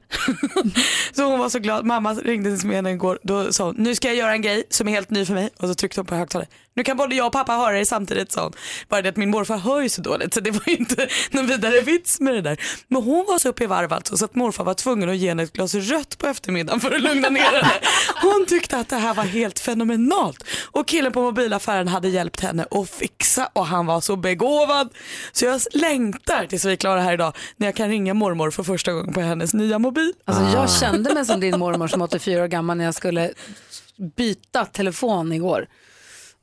så hon var så glad. Mamma ringde till smeden igår. Då sa hon, nu ska jag göra en grej som är helt ny för mig. Och så tryckte hon på högtalare. Nu kan både jag och pappa höra det samtidigt sa hon. Bara det att min morfar hör ju så dåligt så det var ju inte <laughs> någon vidare vits med det där. Men hon var så uppe i varv alltså så att morfar var tvungen att ge henne ett glas rött på eftermiddagen för att lugna ner henne. <laughs> Hon tyckte att det här var helt fenomenalt. Och killen på mobilaffären hade hjälpt henne att fixa och han var så begåvad. Så jag längtar tills vi är klara här idag när jag kan ringa mormor för första gången på hennes nya mobil.
Alltså,
Ah.
jag kände mig som din mormor som är 84 år gammal när jag skulle byta telefon igår.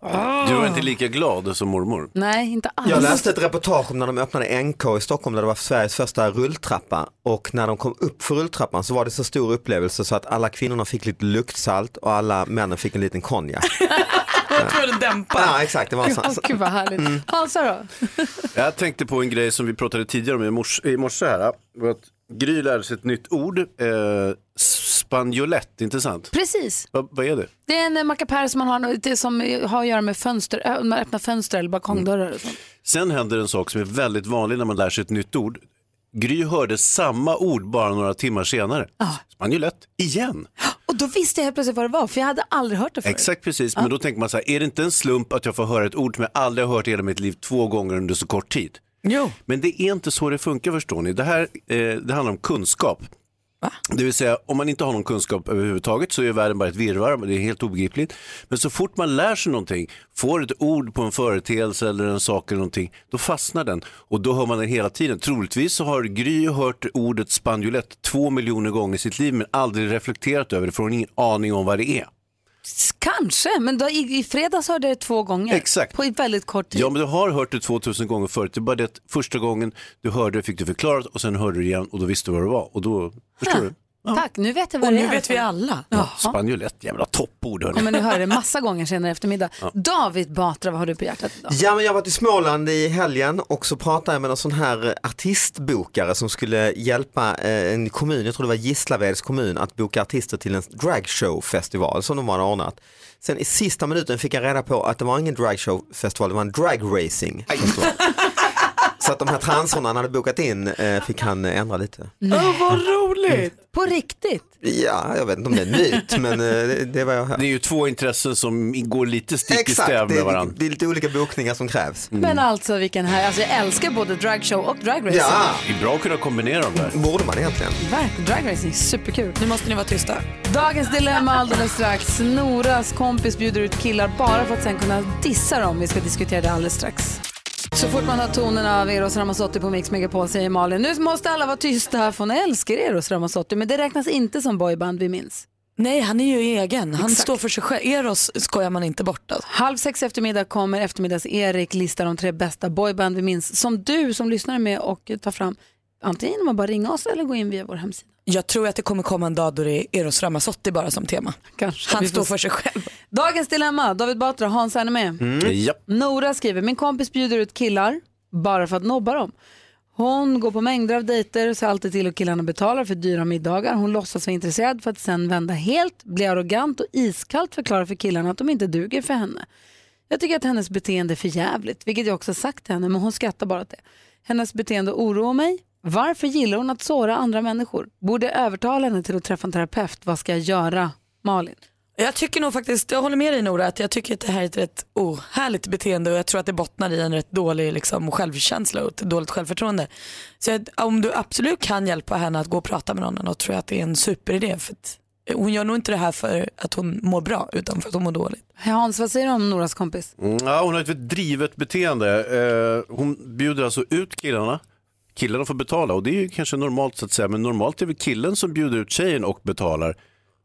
Ah.
Ah.
Du var inte lika glad som mormor.
Nej, inte alls.
Jag läste ett reportage om när de öppnade NK i Stockholm där det var Sveriges första rulltrappa och när de kom upp för rulltrappan så var det så stor upplevelse så att alla kvinnorna fick lite luktsalt och alla männen fick en liten konjak.
<laughs> Jag tror det dämpar.
Ja exakt, det var en sån.
Åh, Gud vad härligt.
Mm.
Hansa då?
Jag tänkte på en grej som vi pratade tidigare om i morse, i morse här. Var att Gry lärde sig ett nytt ord. Eh, spanjolett, inte sant?
Precis.
Vad- vad är det?
Det är en eh, mackapär som man har, det som har att göra med fönster, ö, man öppnar fönster eller balkongdörrar och
Mm.
sånt.
Sen händer en sak som är väldigt vanlig när man lär sig ett nytt ord. Gry hörde samma ord bara några timmar senare. Spanjolett, igen.
Och då visste jag helt plötsligt vad det var för jag hade aldrig hört det förut.
Exakt precis, men då tänker man så här, är det inte en slump att jag får höra ett ord som jag aldrig har hört i hela mitt liv två gånger under så kort tid?
Jo.
Men det är inte så det funkar förstår ni. Det här eh, det handlar om kunskap. Det vill säga om man inte har någon kunskap överhuvudtaget så är världen bara ett virrvarr, men det är helt obegripligt. Men så fort man lär sig någonting, får ett ord på en företeelse eller en sak eller någonting, då fastnar den och då hör man den hela tiden. Troligtvis så har Gry hört ordet spanjolett två miljoner gånger i sitt liv men aldrig reflekterat över det för hon har ingen aning om vad det är.
Kanske, men då, i, i fredags hörde jag det två gånger. Exakt. På ett väldigt kort tid.
Ja, men du har hört det 2000 gånger förut. Det är bara det att första gången du hörde det fick du förklarat och sen hörde du igen och då visste du vad det var. Och då förstår du.
Tack, nu vet jag vad
Och
det är.
nu vet vi alla.
Ja.
Spanjolett, jävla toppord hörni.
Kommer ni höra det massa gånger senare i eftermiddag.
Ja.
David Batra, vad har du på hjärtat idag?
Ja, men jag var i Småland i helgen och så pratade jag med någon sån här artistbokare som skulle hjälpa eh, en kommun, jag tror det var Gislaveds kommun, att boka artister till en dragshowfestival som de hade ordnat. Sen i sista minuten fick jag reda på att det var ingen dragshowfestival, det var en dragracingfestival. <laughs> Så att de här transorna han hade bokat in eh, fick han eh, ändra lite.
Oh, vad roligt! Mm. På riktigt?
Ja, jag vet inte om det är en myt, men eh, det, det var jag hör.
Det är ju två intressen som går lite stick i
Exakt,
stäv
det är-
med varandra.
Det är lite olika bokningar som krävs.
Men alltså vilken här, alltså jag älskar både dragshow och dragracing.
Det är bra att kunna kombinera dem där.
Borde man egentligen.
Verkligen, dragracing, superkul.
Nu måste ni vara tysta.
Dagens dilemma alldeles strax. Noras kompis bjuder ut killar bara för att sen kunna dissa dem. Vi ska diskutera det alldeles strax. Så fort man hör tonen av Eros Ramazzotti på Mix Megapol säger Malin, nu måste alla vara tysta för hon älskar Eros Ramazzotti, men det räknas inte som boyband vi minns.
Nej, han är ju egen. Han står för sig själv. Eros skojar man inte bort. Alltså.
Halv sex i eftermiddag kommer eftermiddags-Erik lista de tre bästa boyband vi minns som du som lyssnar är med och tar fram. Antingen genom att bara ringa oss eller gå in via vår hemsida.
Jag tror att det kommer komma en dag då det är Eros Ramazzotti bara som tema.
Kanske.
Han
Vi får
står
se.
för sig själv.
Dagens dilemma, David Batra, Hans är ni med?
Mm. Japp.
Nora skriver, min kompis bjuder ut killar bara för att nobba dem. Hon går på mängder av dejter och ser alltid till att killarna betalar för dyra middagar. Hon låtsas vara intresserad för att sen vända helt, bli arrogant och iskallt förklara för killarna att de inte duger för henne. Jag tycker att hennes beteende är för jävligt, vilket jag också sagt till henne, men hon skrattar bara åt det. Hennes beteende oroar mig. Varför gillar hon att såra andra människor? Borde jag övertala henne till att träffa en terapeut? Vad ska jag göra? Malin?
Jag tycker nog faktiskt, jag håller med dig Nora, att jag tycker att det här är ett rätt ohärligt beteende och jag tror att det bottnar i en rätt dålig liksom, självkänsla och ett dåligt självförtroende. Så jag, om du absolut kan hjälpa henne att gå och prata med någon, då tror jag att det är en superidé. För att hon gör nog inte det här för att hon mår bra, utan för att hon mår dåligt.
Hans, vad säger du om Noras kompis?
Mm, Ja, hon har ett väldigt drivet beteende. Eh, Hon bjuder alltså ut killarna. Killarna får betala och det är ju kanske normalt så att säga. Men normalt är det killen som bjuder ut tjejen och betalar.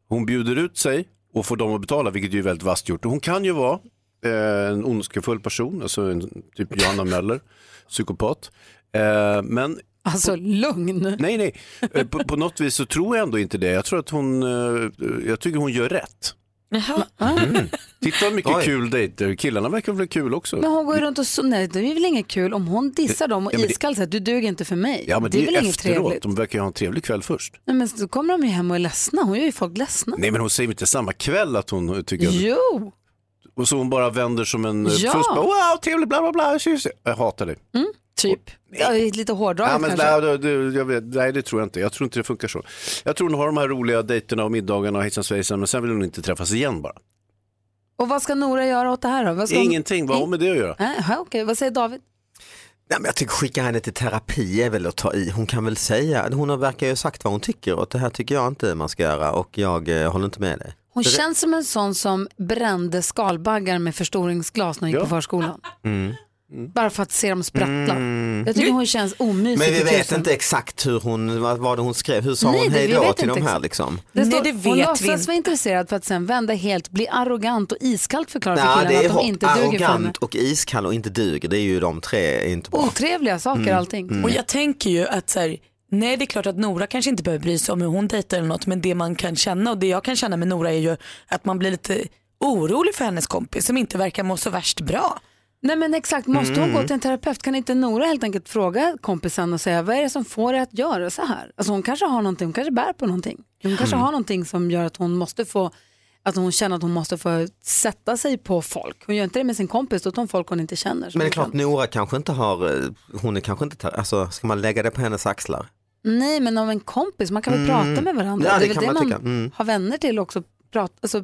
Hon bjuder ut sig och får dem att betala, vilket ju är väldigt vasst gjort. Och Hon kan ju vara eh, en ondskefull person, alltså en, typ Johanna Möller, <laughs> psykopat. Eh, Men
Alltså lugn.
Nej, nej. Eh, På, på något vis så tror jag ändå inte det. Jag tror att hon, eh, jag tycker hon gör rätt.
Ah.
Mm. Titta vad mycket
Oj.
kul dejter. Killarna verkar väl kul också.
Men hon går ju runt och så, nej det är väl inget kul om hon dissar dem och
Ja, men det-
iskallt säger att du duger inte för mig.
Ja, men
det är väl
ju
inget
efteråt.
trevligt.
De verkar ju ha en trevlig kväll först.
Nej, men så kommer de ju hem och är ledsna, hon gör ju folk ledsna.
Nej, men hon säger väl inte samma kväll att hon tycker att...
Jo!
Och så hon bara vänder som en eh,
Ja.
fuss. Bara, wow, trevligt, bla, bla, bla. tjus." Jag hatar dig.
Mm, typ. Ja, det är lite hårdraget
Ja, men,
kanske.
nej, det, jag vet, nej, det tror jag inte. Jag tror inte det funkar så. Jag tror hon har de här roliga dejterna och middagarna och hejsan svejsan, men sen vill hon inte träffas igen bara.
Och vad ska Nora göra åt det här då? Vad ska hon-
Ingenting, vad har hon med det att göra?
Nej, ja, okej. Vad säger David?
Nej, men jag tycker skicka henne till terapi är väl att ta i. Hon kan väl säga, hon har- verkar ju ha sagt vad hon tycker och det här tycker jag inte man ska göra och jag eh, håller inte med dig.
Hon
Det-
känns som en sån som brände skalbaggar med förstoringsglas när hon gick på förskolan.
Mm.
Bara för att se dem sprattla.
Mm.
Jag tycker hon känns omysig.
Men vi
till
vet
tusan.
inte exakt hur hon, vad var det hon skrev, hur sa
Nej,
hon
det- vi
hej då
vet
till
inte
de här
exakt.
liksom?
Det står,
det
hon
vet vi
låtsas
inte.
vara intresserad för att sen vända helt, bli arrogant och iskallt förklara för
Nej,
killarna
det är
att de
hot,
inte duger för henne.
arrogant och iskall och inte duger, det är ju de tre inte bra.
Otrevliga saker
Mm.
allting.
Mm.
Och jag tänker ju att så här, nej det är klart att Nora kanske inte behöver bry sig om hur hon dejtar eller något men det man kan känna och det jag kan känna med Nora är ju att man blir lite orolig för hennes kompis som inte verkar må så värst bra.
Nej men exakt, måste hon
Mm.
gå till en terapeut? Kan inte Nora helt enkelt fråga kompisen och säga vad är det som får dig att göra så här? Alltså hon kanske har någonting, hon kanske bär på någonting. Hon kanske
Mm.
har någonting som gör att hon måste få, att hon känner att hon måste få sätta sig på folk. Hon gör inte det med sin kompis, då tar hon folk hon inte känner.
Men det är klart Nora kanske inte har, eh, hon är kanske inte, ter- alltså ska man lägga det på hennes axlar?
Nej men om en kompis, man kan väl
Mm.
prata med varandra? det
Ja,
är
det
väl
kan
det
man
man
tycka. Mm.
har vänner till också, prata, alltså,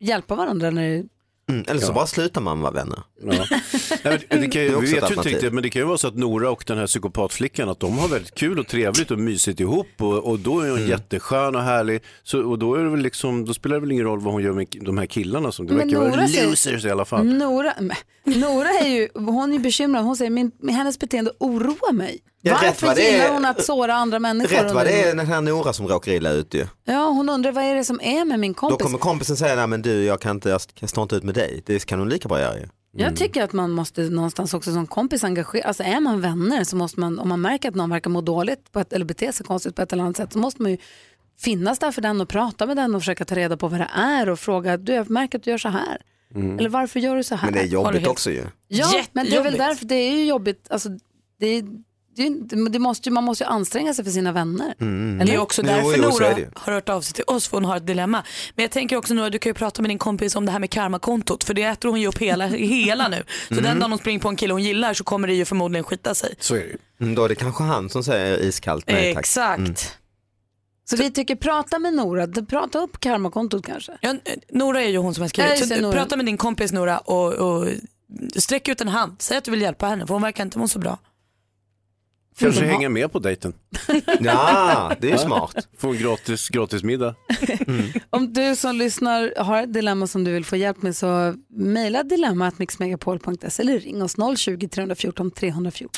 hjälpa varandra när det
Mm. Eller så bara slutar man vara vänner.
Nej, men det kan
Det är
ju,
också
vi vet
ett
ju inte
alternativ.
riktigt, men det kan ju vara så att Nora och den här psykopatflickan, att de har väldigt kul och trevligt och mysigt ihop och, och då är hon
Mm.
jätteskön och härlig. Så, och då, är det väl liksom, då spelar det väl ingen roll vad hon gör med de här killarna som det
Men
verkar vara
Nora Mm. säger-
losers i alla fall.
Nora, men, Nora är ju, hon är ju bekymrad. Hon säger min, hennes beteende oroar mig.
Ja, rätt
Varför
vad det är-
gillar hon att såra andra människor?
Rätt vad det är
undrar
den här Nora som råkar illa ut ju.
hon. Ja, hon undrar vad är det som är med min
Då
kompis?
kommer kompisen säga, nej men du jag kan inte, jag st- jag står inte ut med dig. Det kan hon lika bra göra ju.
Mm.
Jag tycker att man måste någonstans också som kompis engagera, alltså är man vänner så måste man, om man märker att någon verkar må dåligt på ett, eller bete sig konstigt på ett eller annat sätt så måste man ju finnas där för den och prata med den och försöka ta reda på vad det är och fråga, du jag märker att du gör så här.
Mm.
Eller varför gör du så här?
Men det är
Har du
jobbigt
helt-
också ju.
Ja, men det är väl
Jättejobbigt.
därför det är ju jobbigt. Alltså, det är, det är, ju inte- det måste ju, man måste ju anstränga sig för sina vänner.
Mm.
Eller?
Det är också därför Nora har hört av sig till oss för hon har ett dilemma. Men jag tänker också Nora, du kan ju prata med din kompis om det här med karmakontot för det äter hon ju upp hela, <laughs> hela nu. Så
Mm.
den dagen hon springer på en kille hon gillar så kommer det ju förmodligen skita sig.
Så är det ju.
Mm, då är det kanske han som säger iskallt nej tack.
Exakt.
Mm.
Så vi tycker prata med Nora, prata upp karmakontot kanske.
Ja, Nora är ju hon som har
Ja,
skrivit.
just det,
Så
Nora.
prata med din kompis Nora och, och sträck ut en hand. Säg att du vill hjälpa henne för hon verkar inte må så bra.
Kanske
Mm.
Vill de ha-
hänga med på dejten.
Ja, det är ju smart.
<laughs> Få en gratis, gratis middag.
Om du som lyssnar har ett dilemma som du vill få hjälp med så mejla dilemma.mixmegapol.se eller ring oss 020 314 314.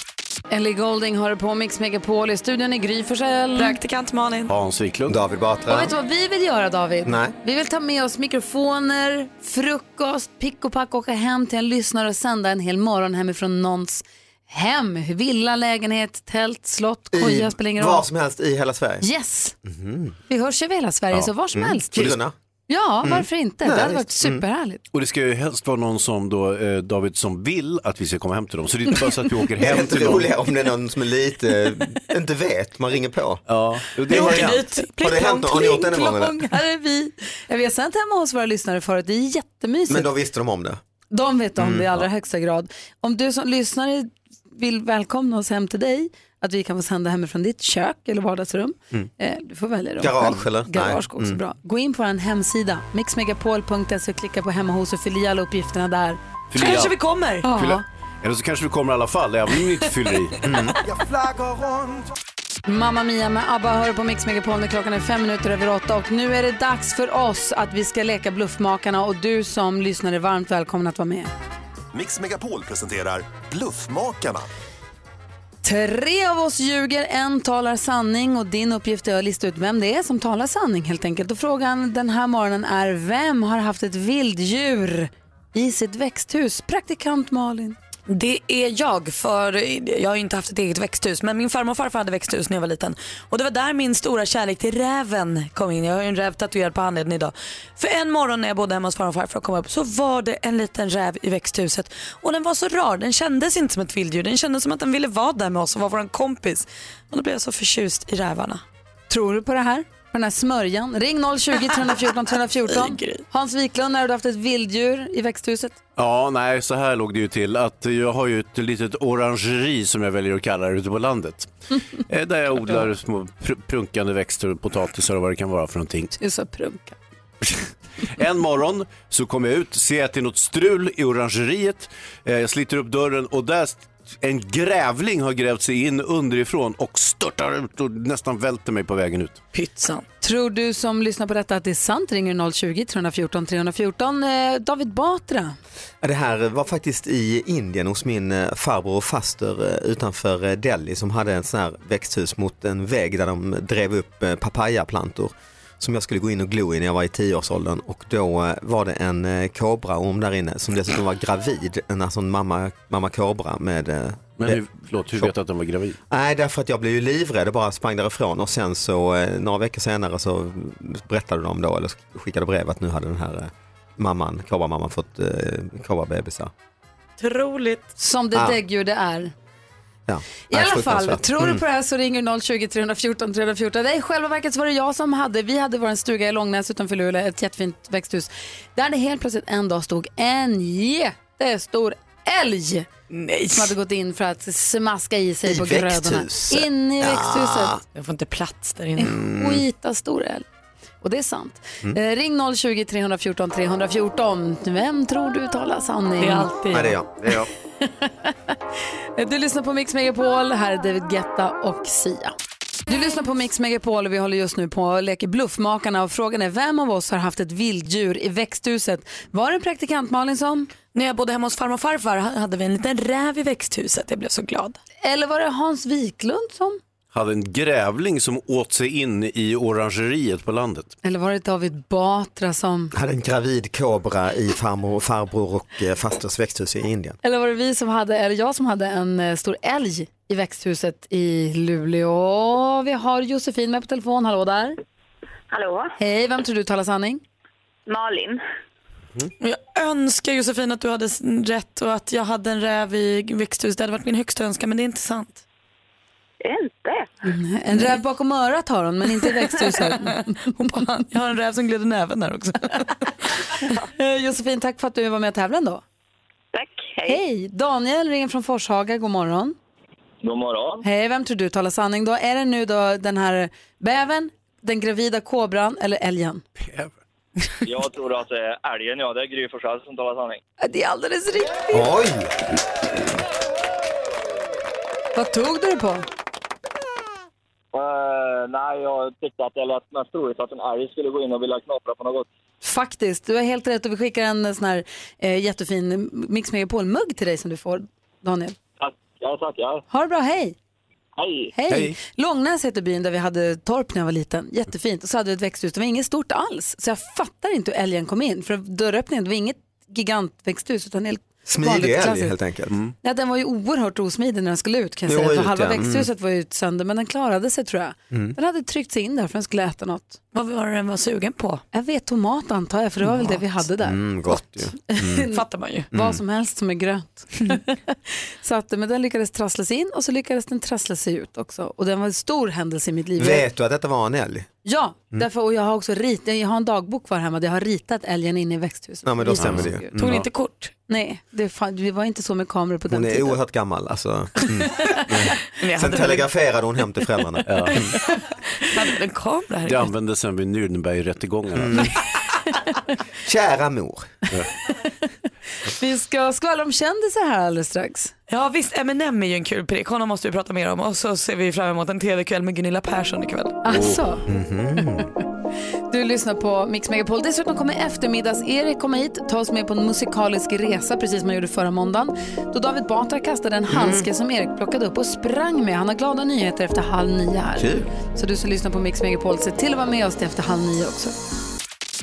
Ellie Golding har det på Mix Megapol i studion i Gry Forssell.
Praktikant Malin.
Hans Wiklund.
David Batra.
Och vet du vad vi vill göra David?
Nej.
Vi vill ta med oss mikrofoner, frukost, pick och pack, åka hem till en lyssnare och sända en hel morgon hemifrån någons hem. Villa, lägenhet, tält, slott, koja, spelar ingen roll.
Var som helst i hela Sverige.
Yes!
Mhm.
Vi hörs över hela Sverige,
Ja.
så var som
Mm.
helst.
Kiruna.
Ja,
Mm.
varför inte?
Nej,
det hade varit
visst. Mm.
superhärligt.
Och det ska ju helst vara någon som då, eh, David, som vill att vi ska komma hem till dem. Så det är inte bara så
<laughs>
att vi åker
Det är
hem
inte
till dem.
roligare om det är någon som är lite,
<laughs>
eh, inte vet, man ringer på.
Ja,
det har ju hänt. Har det hänt något? Har ni gjort det någon gång? eller?
Här är vi. Ja, vi har sänt hemma hos våra lyssnare förut, det är jättemysigt.
Men då visste de om det.
De vet om
Mm,
det i allra högsta grad. Om du som lyssnare vill välkomna oss hem till dig, att vi kan få sända hemifrån ditt kök eller vardagsrum.
Mm.
Eh, du får välja då.
Garage
själv.
eller?
Garage går
Nej.
också
Mm.
bra. Gå in på vår hemsida, mixmegapol.se och klicka på hemma hos och fyll i alla uppgifterna där.
Fyll i allt.
kommer.
Ja.
Fylla- Eller så kanske vi kommer i alla fall, även om ni inte fyller i.
<laughs>
Mm.
Mm.
Mamma Mia med ABBA hör på Mix Megapol när klockan är fem minuter över åtta och nu är det dags för oss att vi ska leka Bluffmakarna och du som lyssnar är varmt välkommen att vara med.
Mix Megapol presenterar Bluffmakarna.
Tre av oss ljuger, en talar sanning och din uppgift är att lista ut vem det är som talar sanning helt enkelt. Och frågan den här morgonen är vem har haft ett vilddjur i sitt växthus? Praktikant Malin.
Det är jag, för jag har ju inte haft ett eget växthus, men min farmor och farfar hade växthus när jag var liten. Och det var där min stora kärlek till räven kom in. Jag har ju en räv tatuerad på handleden idag. För en morgon när jag bodde hemma hos farmor och farfar och kom upp så var det en liten räv i växthuset. Och den var så rar, den kändes inte som ett vilddjur. Den kändes som att den ville vara där med oss och vara vår kompis. Och då blev jag så förtjust i rävarna.
Tror du på det här? På den här smörjan? Ring 020 314 314. Hans Wiklund, när har du haft ett vilddjur i växthuset?
Ja, nej, så här låg det ju till. Att jag har ju ett litet orangeri som jag väljer att kalla det ute
<laughs>
på landet. Eh, Där jag odlar små pr- prunkande växter, potatisar och vad det kan vara för någonting.
Du sa prunka.
<laughs> En morgon så kommer jag ut, ser att det är något strul i orangeriet. Eh, Jag sliter upp dörren och där st- en grävling har grävt sig in underifrån och störtar ut och nästan välter mig på vägen ut.
Pytsan.
Tror du som lyssnar på detta att det är sant ringer 020 314 314. Eh, David Batra.
Ja, Det här var faktiskt i Indien hos min eh, farbror och faster eh, utanför eh, Delhi som hade en sån här växthus mot en vägg där de drev upp eh, papayaplantor som jag skulle gå in och glo i när jag var i tioårsåldern och då eh, var det en eh, kobraorm där inne som dessutom var gravid, en alltså en mamma, mamma kobra med... eh,
Men hur, förlåt, hur vet du att den var gravid?
Nej, därför att jag blev ju livrädd och bara sprang därifrån och sen så eh, några veckor senare så berättade de då, eller skickade brev att nu hade den här eh, mamman, kobramamman fått eh, kobrabebisar.
Otroligt.
Som det
Ah.
däggdjur det är.
Ja. Mm.
I alla fall, tror
Mm.
du på det här så ringer 020 314 314. Nej, i själva verket så var det jag som hade, vi hade vår stuga i Långnäs utanför Luleå, ett jättefint växthus. Där det helt plötsligt en dag stod en jättestor älg.
Nej.
Som hade gått in för att smaska i sig
I
på
växthuset? Ah.
grödorna. In i
Ja.
växthuset.
Jag får inte plats där inne.
En skitstor älg. Och det är sant.
Mm.
Eh, ring 020 314 314. Vem tror du talar sanning?
Det är alltid
Nej, det är jag. Det är <laughs> jag.
Du lyssnar på Mix Megapol, här är David Guetta och Sia. Du lyssnar på Mix Megapol och vi håller just nu på och leker Bluffmakarna och frågan är vem av oss har haft ett vilddjur i växthuset? Var det en praktikant Malin som?
När jag bodde hemma hos farmor och farfar hade vi en liten räv i växthuset. Jag blev så glad.
Eller var det Hans Wiklund som?
Hade en grävling som åt sig in i orangeriet på landet.
Eller var det David Batra som?
Hade en gravid kobra i farmor, farbror och eh, fasters växthus i Indien.
Eller var det vi som hade, eller jag som hade en eh, stor älg i växthuset i Luleå? Vi har Josefin med på telefon, hallå där.
Hallå?
Hej, vem tror du talar sanning?
Malin.
Jag önskar Josefin att du hade s- rätt och att jag hade en räv i växthus. Det hade varit min högsta önskan men det är inte sant.
Inte?
En räv bakom örat har hon, men inte i <laughs> växthuset.
Hon bara, jag har en räv som glider näven där
<laughs>
också.
Eh, Josefin, tack för att du var med och tävlade då.
Tack,
hej. Hej, Daniel ringer från Forshaga, god morgon.
God morgon.
Hej, vem tror du talar sanning då? Är det nu då den här bäven, den gravida kobran eller älgen?
Jag tror att det är älgen, ja. Det är Gry Forssell som talar sanning.
Det är alldeles riktigt.
Oj!
Vad tog du det på?
Eh, nej, jag tyckte att det lät mest troligt att en älg skulle gå in och vilja knapra på något.
Faktiskt, du har helt rätt och vi skickar en sån här eh, jättefin Mix Megapol-mugg till dig som du får, Daniel.
Tack, jag tackar.
Ha det bra, hej!
Hej!
Hej! Långnäs heter byn där vi hade torp när jag var liten. Jättefint. Och så hade vi ett växthus. Det var inget stort alls. Så jag fattar inte hur älgen kom in. För dörröppningen, det var inget gigantväxthus utan helt
Smidig älg
klassiskt.
helt enkelt.
Ja, den var ju oerhört osmidig när den skulle ut kan jag
Jo,
säga. För
ut,
halva
ja.
växthuset var
Mm.
ju sönder men den klarade sig tror jag.
Mm.
Den hade tryckt sig in där för den skulle äta något. Vad var den var sugen på? Jag vet tomat antar jag för det var väl det vi hade där.
Mm, gott ju.
<laughs>
Mm.
Fattar man ju. Vad som helst som är grönt. så att, men den lyckades trassla sig in och så lyckades den trassla sig ut också. Och den var en stor händelse i mitt liv.
Vet Mm. du att detta var en älg?
Ja, därför, och jag har också ritat, jag har en dagbok kvar hemma där jag har ritat älgen inne i växthuset.
Ja, men då
Visar
stämmer
hur
det
den
ju.
såg ut.
Mm. Tog ni inte
kort? Nej, det, fan, det var inte så med kameror på den
Hon är
<laughs> tiden.
oerhört gammal alltså. Mm.
jag
Sen
hade-
telegraferade hon hem
<laughs>
till föräldrarna.
Hade en kamera
Det
här.
användes sen vid Nürnbergrättegångarna.
Kära mor.
Vi ska skvallra om kändisar här alldeles strax.
Ja visst, M&M är ju en kul prick. Honom måste vi prata mer om. Och så ser vi fram emot en tv-kväll med Gunilla Persson ikväll.
Oh.
Alltså. Du lyssnar på Mix Megapol. Dessutom kommer eftermiddags-Erik komma hit, ta oss med på en musikalisk resa, precis som han gjorde förra måndagen, då David Batra kastade en handske som Erik plockade upp och sprang med. Han har glada nyheter efter halv nio här.
Kul.
Så du som lyssnar på Mix Megapol, se till att vara med oss till efter halv nio också.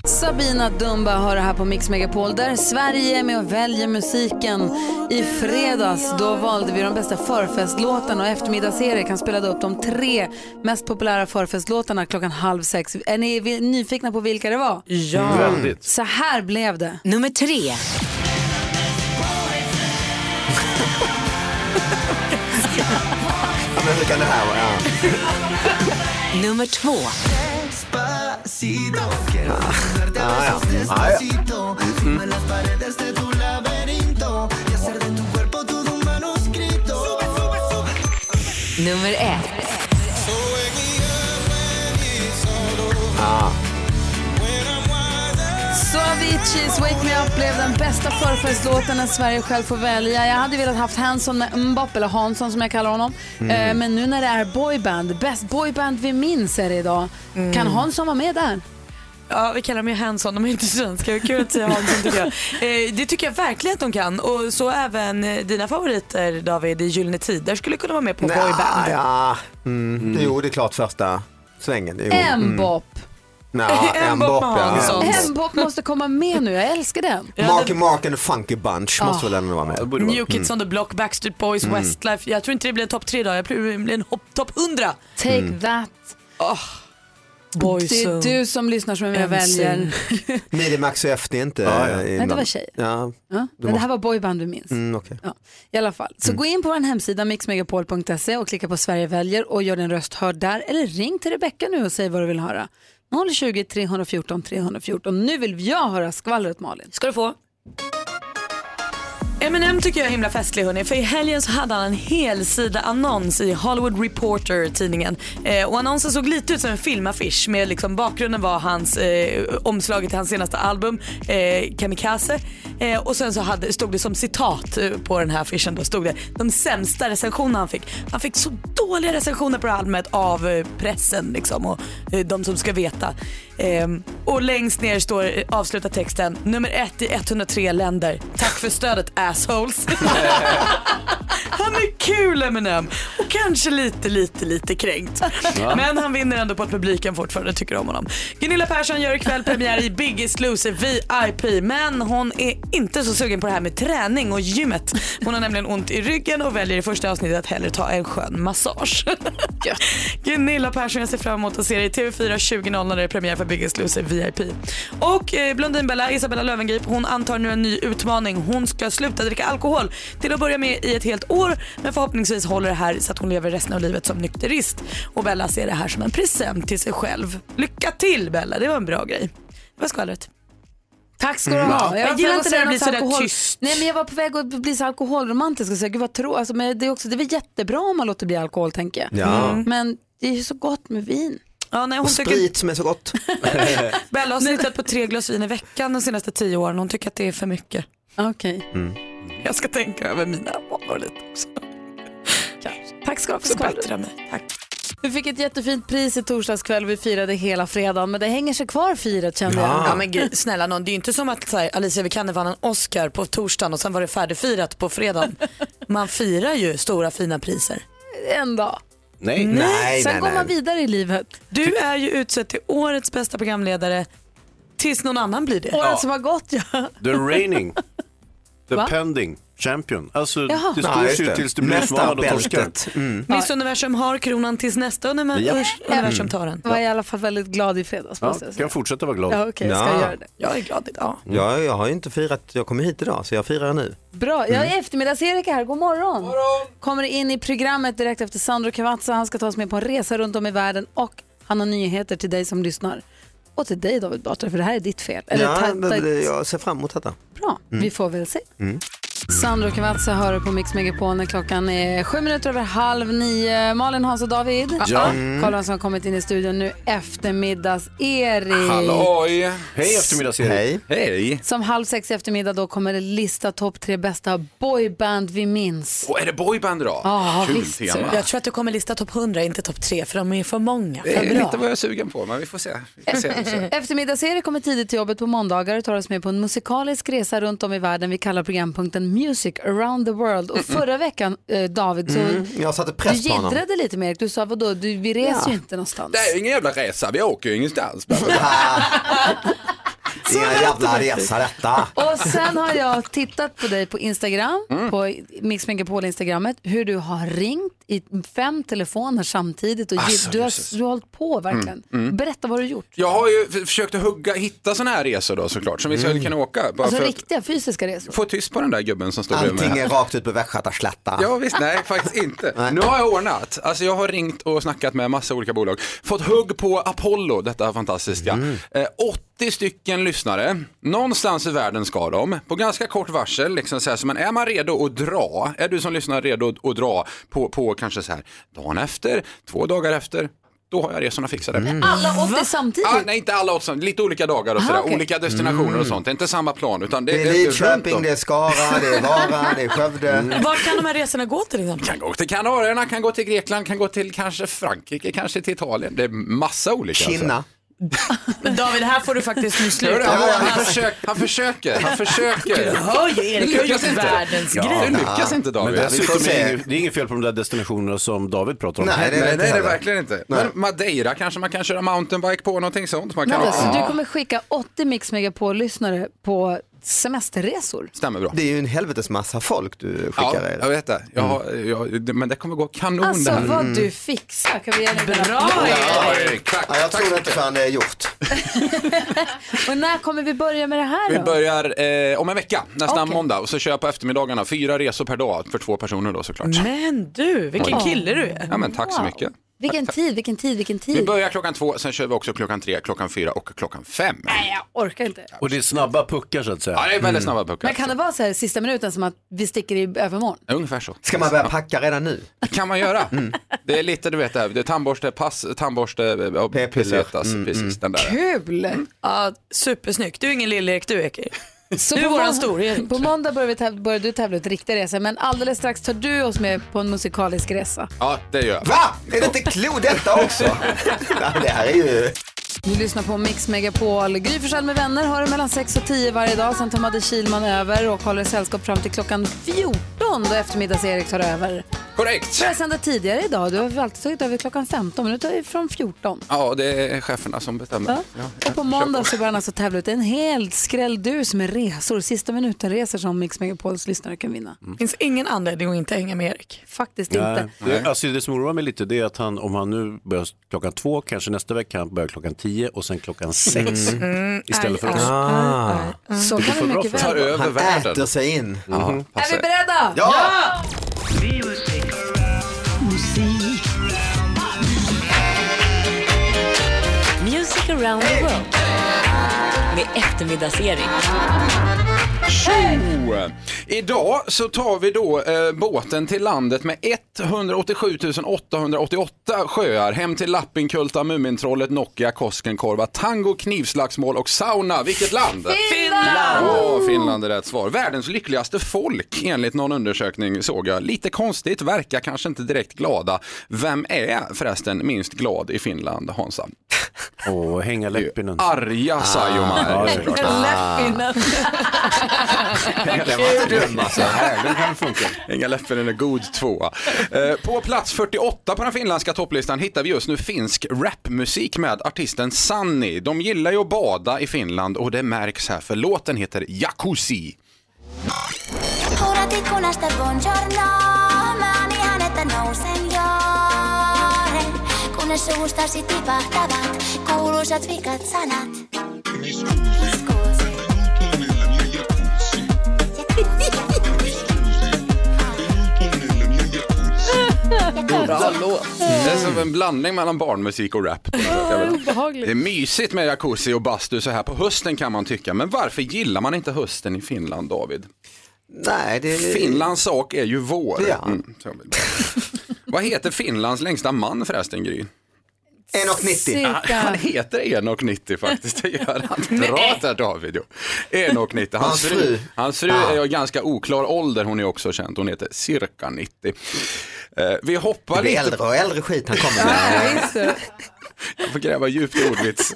Sabina Dumba har det här på Mix Megapol där Sverige är med och väljer musiken. I fredags då valde vi de bästa förfestlåtarna och eftermiddags-Erik han spelade upp de tre mest populära förfestlåtarna klockan halv sex. Är ni vi- nyfikna på vilka det var?
Ja. Väldigt.
Så här blev det.
Nummer tre.
Ja, men hur kan det här vara? Ja.
Nummer två.
Ah, ja. Ah, ja. Mm.
Nummer ett.
Ah.
Så Aviciis Wake Me Up blev den bästa förfestlåten när Sverige själv får välja. Jag hade velat haft Hanson med Mbapp, eller Hansson som jag kallar honom.
Mm.
Eh, Men nu när det är boyband, bäst boyband vi minns är det idag.
Mm.
Kan Hansson vara med där?
Ja, vi kallar dem ju Hanson, de är inte svenska. Hur kul att säga Hanson tycker jag.
<laughs>
Eh, det tycker jag verkligen att de kan. Och så även eh, dina favoriter David i Gyllene Tider skulle kunna vara med på boyband.
Ah, ja. mm. Jo, det är klart första svängen. Jo.
Mbop. <laughs>
Ja, M-bop, Mm. ja.
M-bop måste komma med nu, jag älskar den.
Marky Mark and the Funky Bunch
Ah.
måste väl ändå vara med?
New Kids on the Block, Backstreet Boys,
Mm.
Westlife. Jag tror inte det blir en topp tre idag, jag tror det blir en hopp- topp 100.
Take
Mm.
that. det är
Boyzone.
du som lyssnar som är med och
MC.
väljer.
Mediamax och FD inte
Ja, ja.
eh,
Nej, det
inblandade.
var tjejer.
Ja.
Ja,
Du
men det
måste-
här var boyband vi minns.
Mm, okej.
I alla fall. Så gå in på vår hemsida mixmegapol.se och klicka på Sverige väljer och gör din röst hörd där. Eller ring till Rebecka nu och säg vad du vill höra. 020 314 314. Nu vill jag höra skvallret Malin.
Ska du få. Eminem tycker jag är himla festlig hörni, för i helgen så hade han en helsida annons i Hollywood Reporter tidningen. Eh, och annonsen såg lite ut som en filmaffisch med liksom bakgrunden var hans eh, omslaget till hans senaste album eh, Kamikaze. Eh, och sen så hade, stod det som citat eh, på den här affischen då stod det de sämsta recensionerna han fick. Han fick så dåliga recensioner på det här albumet av eh, pressen liksom och eh, de som ska veta. Ehm, och längst ner står avsluta texten nummer ett i 103 länder. Tack för stödet assholes. Han är kul Eminem och kanske lite, lite, lite kränkt.
Ja.
Men han vinner ändå på att publiken fortfarande tycker om honom. Gunilla Persson gör ikväll premiär i Biggest Loser VIP men hon är inte så sugen på det här med träning och gymmet. Hon har nämligen ont i ryggen och väljer i första avsnittet att hellre ta en skön massage. Gunilla Persson, jag ser fram emot att se dig i TV4 20.00 när det är premiär för Biggest Loser VIP. Och eh, Blondinbella, Isabella Löwengrip, hon antar nu en ny utmaning. Hon ska sluta dricka alkohol till att börja med i ett helt år men förhoppningsvis håller det här så att hon lever resten av livet som nykterist. Och Bella ser det här som en present till sig själv. Lycka till Bella, det var en bra grej. Det var skvallret.
Tack ska du
Mm.
ha.
Jag,
var på
gillar
väg
inte
att
när det
säga något
blir sådär
alkohol-
tyst.
Nej, men jag var på väg att bli så alkoholromantisk och säga, gud vad tro. Alltså, men det, är också, det är väl jättebra om man låter bli alkohol tänker jag.
Ja.
Mm. Men det är ju så gott med vin.
Ja, nej,
Och
hon tycker,
sprit som är
<laughs>
så gott.
Bella har snittat på tre glas vin i veckan de senaste tio åren. Hon tycker att det är för mycket.
Okej.
Jag ska tänka över mina vanor lite också.
Tack ska du ha för
Så
skvallret.
bättrar mig. Tack.
Vi fick ett jättefint pris i torsdags kväll. Vi firade hela fredagen, men det hänger sig kvar firet kände jag.
Ja men gud, snälla någon, det är ju inte som att så här, Alicia Vikander vann en Oscar på torsdagen och sen var det färdigfirat
<laughs>
på fredagen. Man firar ju stora fina priser.
En dag.
Nej.
Sen går man vidare i livet.
Du är ju utsedd till årets bästa programledare tills någon annan blir det.
Åren
Ja.
som har gått ja.
The reigning, the
Va?
pending champion. Alltså,
Jaha.
det
Nej,
står
just
ju
det.
tills det blir
Nästa
utmanad och torskar.
bältet.
<laughs> Miss Universum har kronan tills nästa univ-
Japp.
universum
Mm.
tar den.
Jag var i alla fall väldigt glad i fredags.
Ja,
måste jag säga.
kan fortsätta vara glad.
Ja, okej, jag ska
Ja.
göra det.
Jag är glad idag.
Ja, jag har ju inte firat, jag kommer hit idag så jag firar nu.
Bra, jag
Mm.
är eftermiddags-Erik här. God morgon. Kommer in i programmet direkt efter Sandro Cavazza. Han ska ta oss med på en resa runt om i världen och han har nyheter till dig som lyssnar. Och till dig David Batra, för det här är ditt fel. Eller
ja,
ta-
men
ta-
det- jag ser fram emot detta.
Bra,
Mm.
vi får väl se.
Mm.
Sandro Cavazza hör på Mix Megapol när klockan är sju minuter över halv nio. Malin, Hans och David.
Ja.
Mm. Kolla vem som har kommit in i studion nu. Eftermiddags-Erik.
Halloj!
Hej, eftermiddags-Erik.
Hej! Hej!
Som halv sex i eftermiddag då kommer det lista topp tre bästa boyband vi minns.
Och är det boyband idag?
Ja,
Kul
visst.
tema.
Jag tror att du kommer lista topp 100, inte topp 3 för de är för många.
Det är
Vad bra.
Eh, lite vad jag är sugen på, men vi får se. Vi får se. Vi får se.
Eftermiddags-Erik kommer tidigt till jobbet på måndagar och tar oss med på en musikalisk resa runt om i världen. Vi kallar programpunkten Music around the world. Och förra veckan, eh, David, <laughs> så
Mm. Jag satte
du
press på honom.
jiddrade lite med Erik. Du sa, vadå, du, vi reser
Ja.
ju inte någonstans.
Det är ju ingen jävla resa, vi åker ju ingenstans.
<laughs>
<laughs>
Ingen jävla resa detta.
Och sen har jag tittat på dig på Instagram,
Mm.
på Mix Megapol-instagrammet, hur du har ringt i fem telefoner samtidigt och
Alltså,
ge- du,
Jesus.
har, du har hållit på verkligen.
Mm, mm.
Berätta vad du har gjort.
Jag har ju f- försökt att hugga, hitta sådana här resor då såklart, som vi
Mm.
skulle kunna åka. Bara
Alltså
för att
riktiga fysiska resor.
få tyst på den där gubben som står bredvid mig.
Antingen rakt ut på västgötaslätta.
Ja visst, nej faktiskt
<laughs>
inte. Nu har jag ordnat. Alltså jag har ringt och snackat med massa olika bolag. Fått hugg på Apollo, detta fantastiska.
Mm.
Eh, 80 stycken lyssnare. Någonstans i världen ska de. På ganska kort varsel, liksom så, här, så men är man redo att dra? Är du som lyssnar redo att- att dra på, på kanske så här dagen efter, två dagar efter? Då har jag resorna fixade.
Mm.
Alla 80 samtidigt?
Mm. Ah, nej, inte alla åt samt- lite olika dagar och
Aha,
sådär,
okej.
olika destinationer och sånt. Det är inte samma plan. Utan det,
Mm. Det är
runt om.
Lidköping, det är Skara, det är Vara, det är Skövde.
Vart kan de här resorna gå till exempel?
Mm. Kan gå till Kanarierna, kan gå till Grekland, kan gå till kanske Frankrike, kanske till Italien. Det är massa olika.
Kina.
Men David, här får du faktiskt nu
Hör du,
sluta.
han, han,
Hans-
försöker, han försöker, han försöker.
Du hör ju, Erik,
Det
du har
lyckas
gjort
inte.
världens
ja,
grej.
Det lyckas inte David.
Men dessutom
Vi får
är
se.
det, inget, det är inget fel på de där destinationerna som David pratar om.
Nej, det är det, är det verkligen inte. Men Madeira kanske man kan köra mountainbike på, någonting sånt. Man kan
Men alltså,
Ja.
du kommer skicka 80 Mix Megapol-lyssnare på semesterresor.
Stämmer bra.
Det är ju en helvetes massa folk du skickar Mm.
Ja, jag vet det. Jag, har- jag, det- men det kommer gå kanon
Alltså
det här. Mm.
vad du fixar. Kan vi ge dig en
Bra,
applåd?
Ja, Erik, tack.
Ja, jag tror inte förrän det är gjort.
Och när kommer vi börja med det här
Vi
då?
börjar eh, om en vecka, nästa
Okej.
måndag. Och så kör jag på eftermiddagarna, fyra resor per dag för två personer då såklart.
Men du, vilken
Oj.
kille du är.
Ja, men tack så mycket.
Vilken tid, vilken tid, vilken tid.
Vi börjar klockan två, sen kör vi också klockan tre, klockan fyra och klockan fem.
Nej, jag orkar inte.
Och det är snabba puckar så att säga.
Ja, det är
Mm.
väldigt snabba
Men
puckar.
kan det vara så här sista minuten som att vi sticker i övermorgon?
Ungefär så.
Ska man börja packa redan Mm. nu?
kan man
<laughs>
göra. Det är lite, du vet, det här, det är tandborste, pass, tandborste, eh, och pesetas,
Mm,
precis den där.
Kul!
Mm.
Ja, supersnyggt. Du är ingen lill-Erik, du Erik.
Så
du
på
är
mån-
våran stor-Erik.
På måndag börjar, vi täv- börjar du tävla ut riktiga resor, men alldeles strax tar du oss med på en musikalisk resa.
Ja, det gör jag.
Va? Är det inte klokt detta också? Nej, det här är ju...
Du lyssnar på Mix Megapol. Gry Forssell med vänner har det mellan 6 och 10 varje dag. Sen tar Madde Kilman över och håller sällskap fram till klockan 14 då eftermiddags-Erik tar över.
Korrekt.
Börjar sända tidigare idag. Du har väl alltid tagit över klockan 15, men nu tar vi från 14.
Ja, det är cheferna som bestämmer.
Ja.
Ja.
Och på måndag så börjar han alltså tävla ut en hel skrälldus med resor, sista minuten-resor som Mix Megapols lyssnare kan vinna.
Det Mm. finns ingen anledning att inte hänga med Erik.
Faktiskt
Nej.
inte. Mm.
Det, alltså det som oroar mig lite det är att han, om han nu börjar klockan två, kanske nästa vecka, han börjar klockan tio och sen klockan sex
Mm. Mm.
istället för
Aj,
oss.
aj,
Ah. aj,
aj. Så kan det mycket väl vara.
Han äter sig in. Mm.
Ja,
Är vi beredda?
Ja!
Musik.
Music around the world. Med eftermiddagsserie.
Tjo! Idag så tar vi då eh, båten till landet med 187 888 sjöar hem till Lappinkulta, Mumintrollet, Nokia, Koskenkorva, tango, knivslagsmål och sauna. Vilket land?
Finland!
Åh, Finland är rätt svar. Världens lyckligaste folk enligt någon undersökning såg jag. Lite konstigt, verkar kanske inte direkt glada. Vem är förresten minst glad i Finland, Hansa?
Åh, hänga läppinen.
Arga Saijonmaa.
Ah,
är det såklart. Den var inte dum alltså. Här, den kan funka. Inga Leppinen är god tvåa. Eh, På plats 48 på den finländska topplistan hittar vi just nu finsk rapmusik med artisten Sanni. De gillar ju att bada i Finland och det märks här för låten heter Jacuzzi.
Kuurat ikkunasta buongiorno, mä oon ihan, että nousen joren. Kunnes suustasi tipahtavat kuuluisat vikat sanat. <laughs>
Bra låt. Mm. Det är som en blandning mellan barnmusik och rap. Det är mysigt med jacuzzi och bastu så här på hösten kan man tycka. Men varför gillar man inte hösten i Finland, David?
Nej, det...
Finlands sak är ju vår.
Ja.
Mm, så jag vill
<laughs>
bara- Vad heter Finlands längsta man förresten, Gry?
1,90.
Ah, Han heter Enok 90 faktiskt, det gör
<laughs>
han. Bra där David. jo. Enok 90, hans
Hans fru.
fru, hans fru är av ganska oklar ålder, hon är också känd, hon heter cirka 90. Eh, Vi hoppar
Det blir
lite.
äldre och äldre skit han kommer
Ja,
med.
visst. Jag får gräva djupt i ordvits.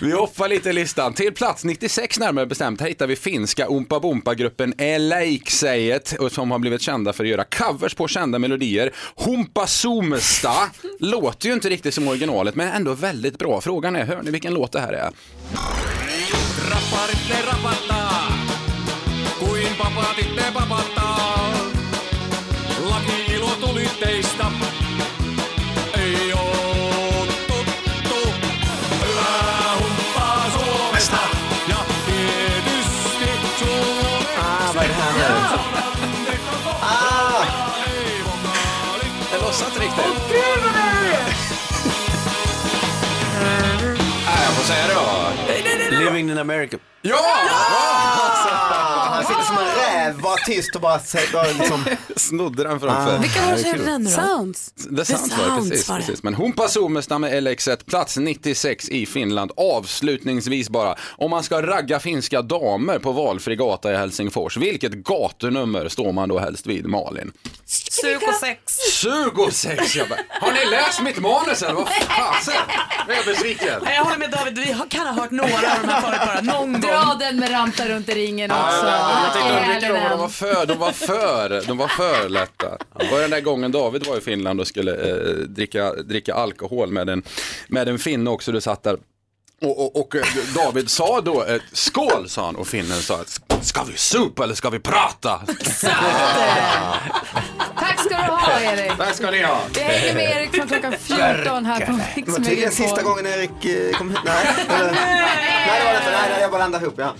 Vi hoppar lite i listan. Till plats 96 närmare bestämt, här hittar vi finska Oompa Boompa-gruppen Eläiksäjet och som har blivit kända för att göra covers på kända melodier. Humpa Zoomsta låter ju inte riktigt som originalet men ändå väldigt bra. Frågan är, hör ni vilken låt det här är?
Rapparit ne rapattaa, kuin papatit ne papattaa. Laki ilo tuli teistä, ei oo tuttu. Hyvää humppaa Suomesta ja tietysti Suomesta. Ah, vad är det här nu? Ah!
Det lossar inte riktigt. Åh
gud vad det är!
Nej, jag får säga det
Living in America.
Ja!
Ah, han sitter som en räv, var tyst och bara säger bara liksom...
Snodde den framför.
Vilka var det
Ja,
som
kul.
gjorde den då? Sounds.
The Sounds var det, precis. precis. Men Humpa Suomesta med LX1, plats 96 i Finland. Avslutningsvis bara, om man ska ragga finska damer på valfri gata i Helsingfors, vilket gatunummer står man då helst vid, Malin?
Sug och sex.
26! Jag bara, har ni läst mitt manus eller vad fasen? Jag är besviken.
Nej, Jag håller med David, vi har- kan ha hört några av de här förut bara. Någon gång.
Dra den med ramta runt i ringen
Alltså,
också.
Jag
Ah,
tänkte undvika dem, men de
älven.
var för, de var för, de var för lätta. Det var den där gången David var i Finland och skulle eh, dricka, dricka alkohol med en, med en finne också, du satt där. Och, och, och eh, David sa då eh, skål sa han och finnen sa ska vi supa eller ska vi prata?
Tack ska du ha Erik.
Tack <laughs> ska ni ha.
Vi hänger med Erik från klockan 14 här på Mix
Liksom
Det var tydligen
Megapol.
sista gången Erik eh, kom hit. Nej, eller- nej det var det inte. Nej, nej, jag bara landade ihop. Ja.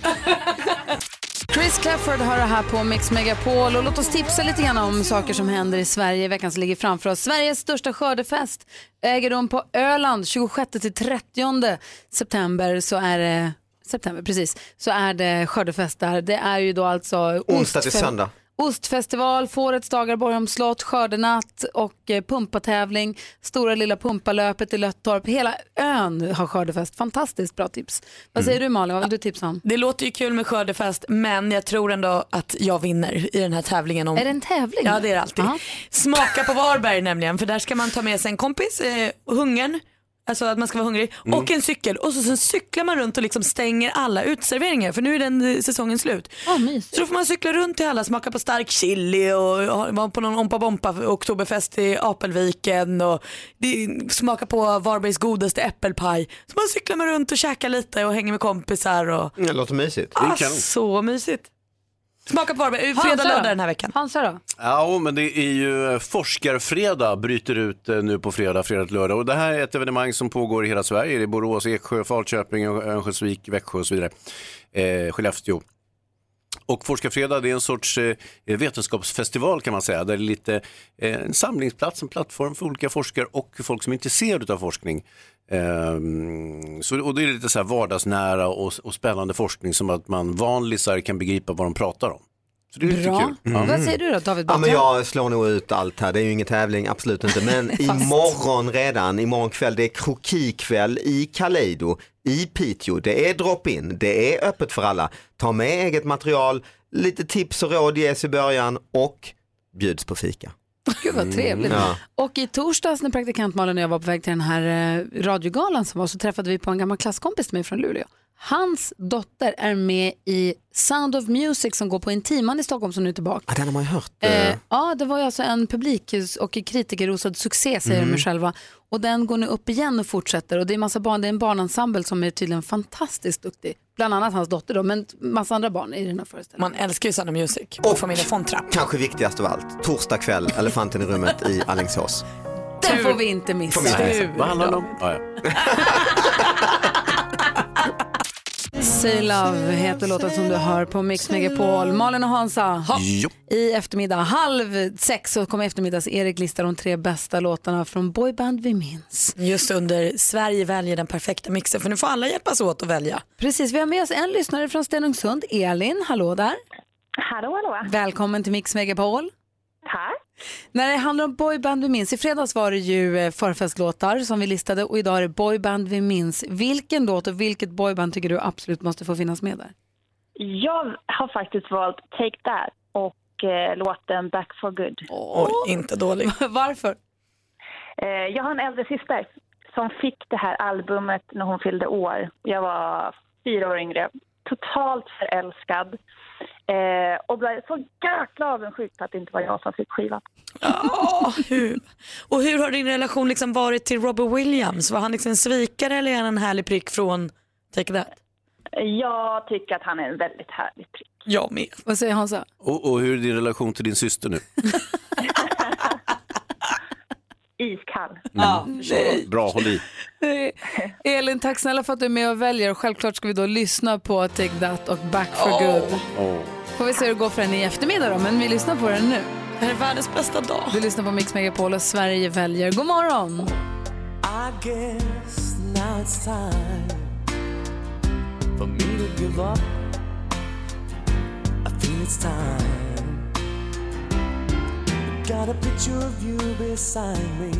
Chris Clafford har det här på Mix Megapol och låt oss tipsa lite grann om saker som händer i Sverige i veckan som ligger framför oss. Sveriges största skördefest äger rum på Öland 26-30 september så är det September, precis. Så är det skördefest där. Det är ju då alltså
Onsdag till
ostfe-
söndag.
Ostfestival, Fårets dagar, Borgholms slott, skördenatt och eh, pumpatävling. Stora lilla pumpalöpet i Löttorp. Hela ön har skördefest. Fantastiskt bra tips.
Mm.
Vad säger du Malin, vad vill du tipsa om?
Det låter ju kul med skördefest men jag tror ändå att jag vinner i den här tävlingen. Om...
Är det en tävling?
Ja det är det alltid. Smaka på Varberg nämligen för där ska man ta med sig en kompis, eh, hungern, Alltså att man ska vara hungrig.
Mm.
Och en cykel. Och så, så cyklar man runt och liksom stänger alla uteserveringar för nu är den eh, säsongen slut. så då får man cykla runt till alla, smaka på stark chili och ha- vara på någon Ompa Bompa oktoberfest i Apelviken och det- smaka på Varbergs godaste äppelpaj. Så man cyklar man runt och käkar lite och hänger med kompisar. Och...
Mm.
Det låter mysigt.
Ah,
Alltså.
så mysigt. Smaka på Varberg,
Hansa
fredag,
då?
lördag den här veckan.
Hansa då?
Ja, men det är ju eh, Forskarfredag bryter ut eh, nu på fredag, fredag till lördag. Och det här är ett evenemang som pågår i hela Sverige. Det är Borås, Eksjö, Falköping, Örnsköldsvik, Växjö och så vidare. Eh, Skellefteå. Och Forskarfredag det är en sorts eh, vetenskapsfestival kan man säga. Där det är lite eh, en samlingsplats, en plattform för olika forskare och folk som är intresserade av forskning. Ehm, så, och det är lite så här vardagsnära och, och spännande forskning som att man vanlisar kan begripa vad de pratar om. Så det är lite
Bra.
kul. Mm. Ja.
Vad säger du då David?
Ja, men
Batra?
jag slår nog ut allt här, det är ju ingen tävling, absolut inte. Men imorgon redan, imorgon kväll, det är krokikväll i Kaleido, i Piteå. Det är drop-in, det är öppet för alla. Ta med eget material, lite tips och råd ges i början och bjuds på fika.
Gud vad trevligt.
Mm. Ja.
Och i torsdags när praktikant Malin och jag var på väg till den här eh, radiogalan som var så träffade vi på en gammal klasskompis till mig från Luleå. Hans dotter är med i Sound of Music som går på Intiman i Stockholm som nu är tillbaka.
Ja, den har man ju hört.
Eh, ja, det var ju alltså en publik och kritikerrosad succé säger
Mm.
de ju själva. Och den går nu upp igen och fortsätter. Och det är, massa barn, det är en barnensemble som är tydligen fantastiskt duktig. Bland annat hans dotter då, men massa andra barn i den här föreställningen.
Man älskar ju Sound of Music och familjen Fontra.
Kanske viktigast av allt, torsdag kväll, Elefanten i rummet i Alingsås.
Den får vi inte missa.
Nej.
Tur.
Vad handlar det om?
Ja, ja.
Say Love heter låten som du hör på Mix Megapol. Malin och Hansa, hopp.
Jo.
i eftermiddag halv sex så kommer eftermiddags-Erik lista de tre bästa låtarna från boyband vi minns.
Just under Sverige väljer den perfekta mixen för nu får alla hjälpas åt att välja.
Precis, vi har med oss en lyssnare från Stenungsund, Elin. Hallå där. Hallå, hallå. Välkommen till Mix Megapol. Tack. När det handlar om boyband vi minns, i fredags var det ju eh, förfestlåtar som vi listade och idag är det boyband vi minns. Vilken låt och vilket boyband tycker du absolut måste få finnas med där?
Jag har faktiskt valt Take That och eh, låten Back for Good.
Oj, inte dålig.
<laughs> Varför?
Eh, jag har en äldre syster som fick det här albumet när hon fyllde år. Jag var fyra år yngre. Totalt förälskad. Eh, och blev så jäkla avundsjuk på att det inte var jag som fick skivan.
Åh, hur? Och hur har din relation liksom varit till Robert Williams? Var han liksom en svikare eller är han en härlig prick från Take That?
Jag tycker att han är en väldigt härlig prick.
Jag med.
Vad säger Hansa?
Och, och hur är din relation till din syster nu?
Iskall.
Mm. Bra, håll i.
Eh, Elin, tack snälla för att du är med och väljer. Och Självklart ska vi då lyssna på Take That och Back for Good. Får vi se hur det går för henne i eftermiddag då, men vi lyssnar på den nu.
Det här är världens bästa dag.
Du lyssnar på Mix Megapol och Sverige väljer. God morgon!
I guess now it's time for me to give up. I feel it's time. Got a picture of you beside me.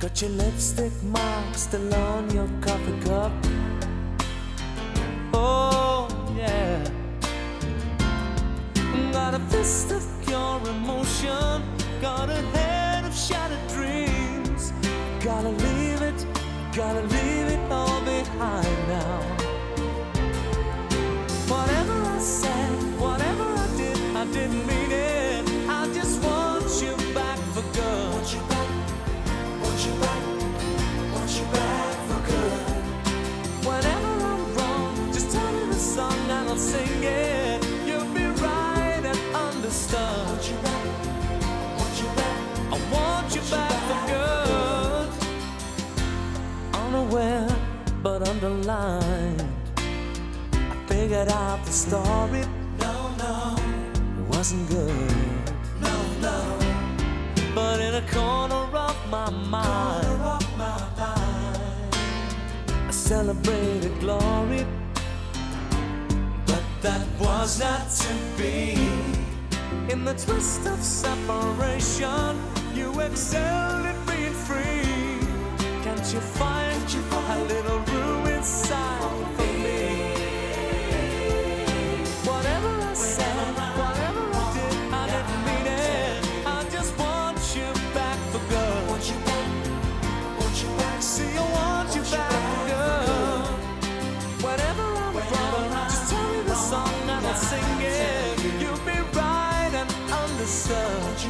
Got your lipstick mark still on your coffee cup. Oh, yeah. Got a fist of pure emotion. Got a head of shattered dreams. Gotta leave it, gotta leave it all behind now. Whatever I said, whatever I did, I didn't mean it. I just want you back for good. Want you back, want you back, want you back for good. Whenever I'm wrong, just tell me the song and I'll sing it. You'll be right and understood. Want you back, want you back, I want you back for good. Unaware but underlined, I figured out the story. No, no, it wasn't good. No, no, but in a corner of my mind. I celebrated glory, but that was not to be. In the twist of separation, you excelled at being free. Can't you find a little room inside for me? Whatever I said, whatever I did, I didn't mean it. I just want you back for good. Want you back, want you back. See, I want you yourself.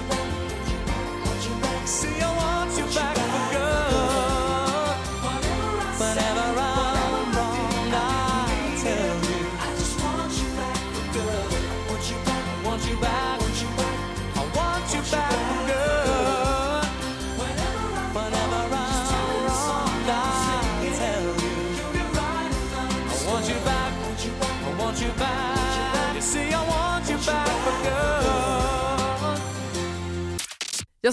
See, I want you back for good. Whenever I'm wrong, I'll tell you. I just want you back for good. Want you back, want you back, want you back. I want you back for good. Whenever I'm wrong, I'll tell you. I want you back, I want you back. You see, I want you back for good.
Ja,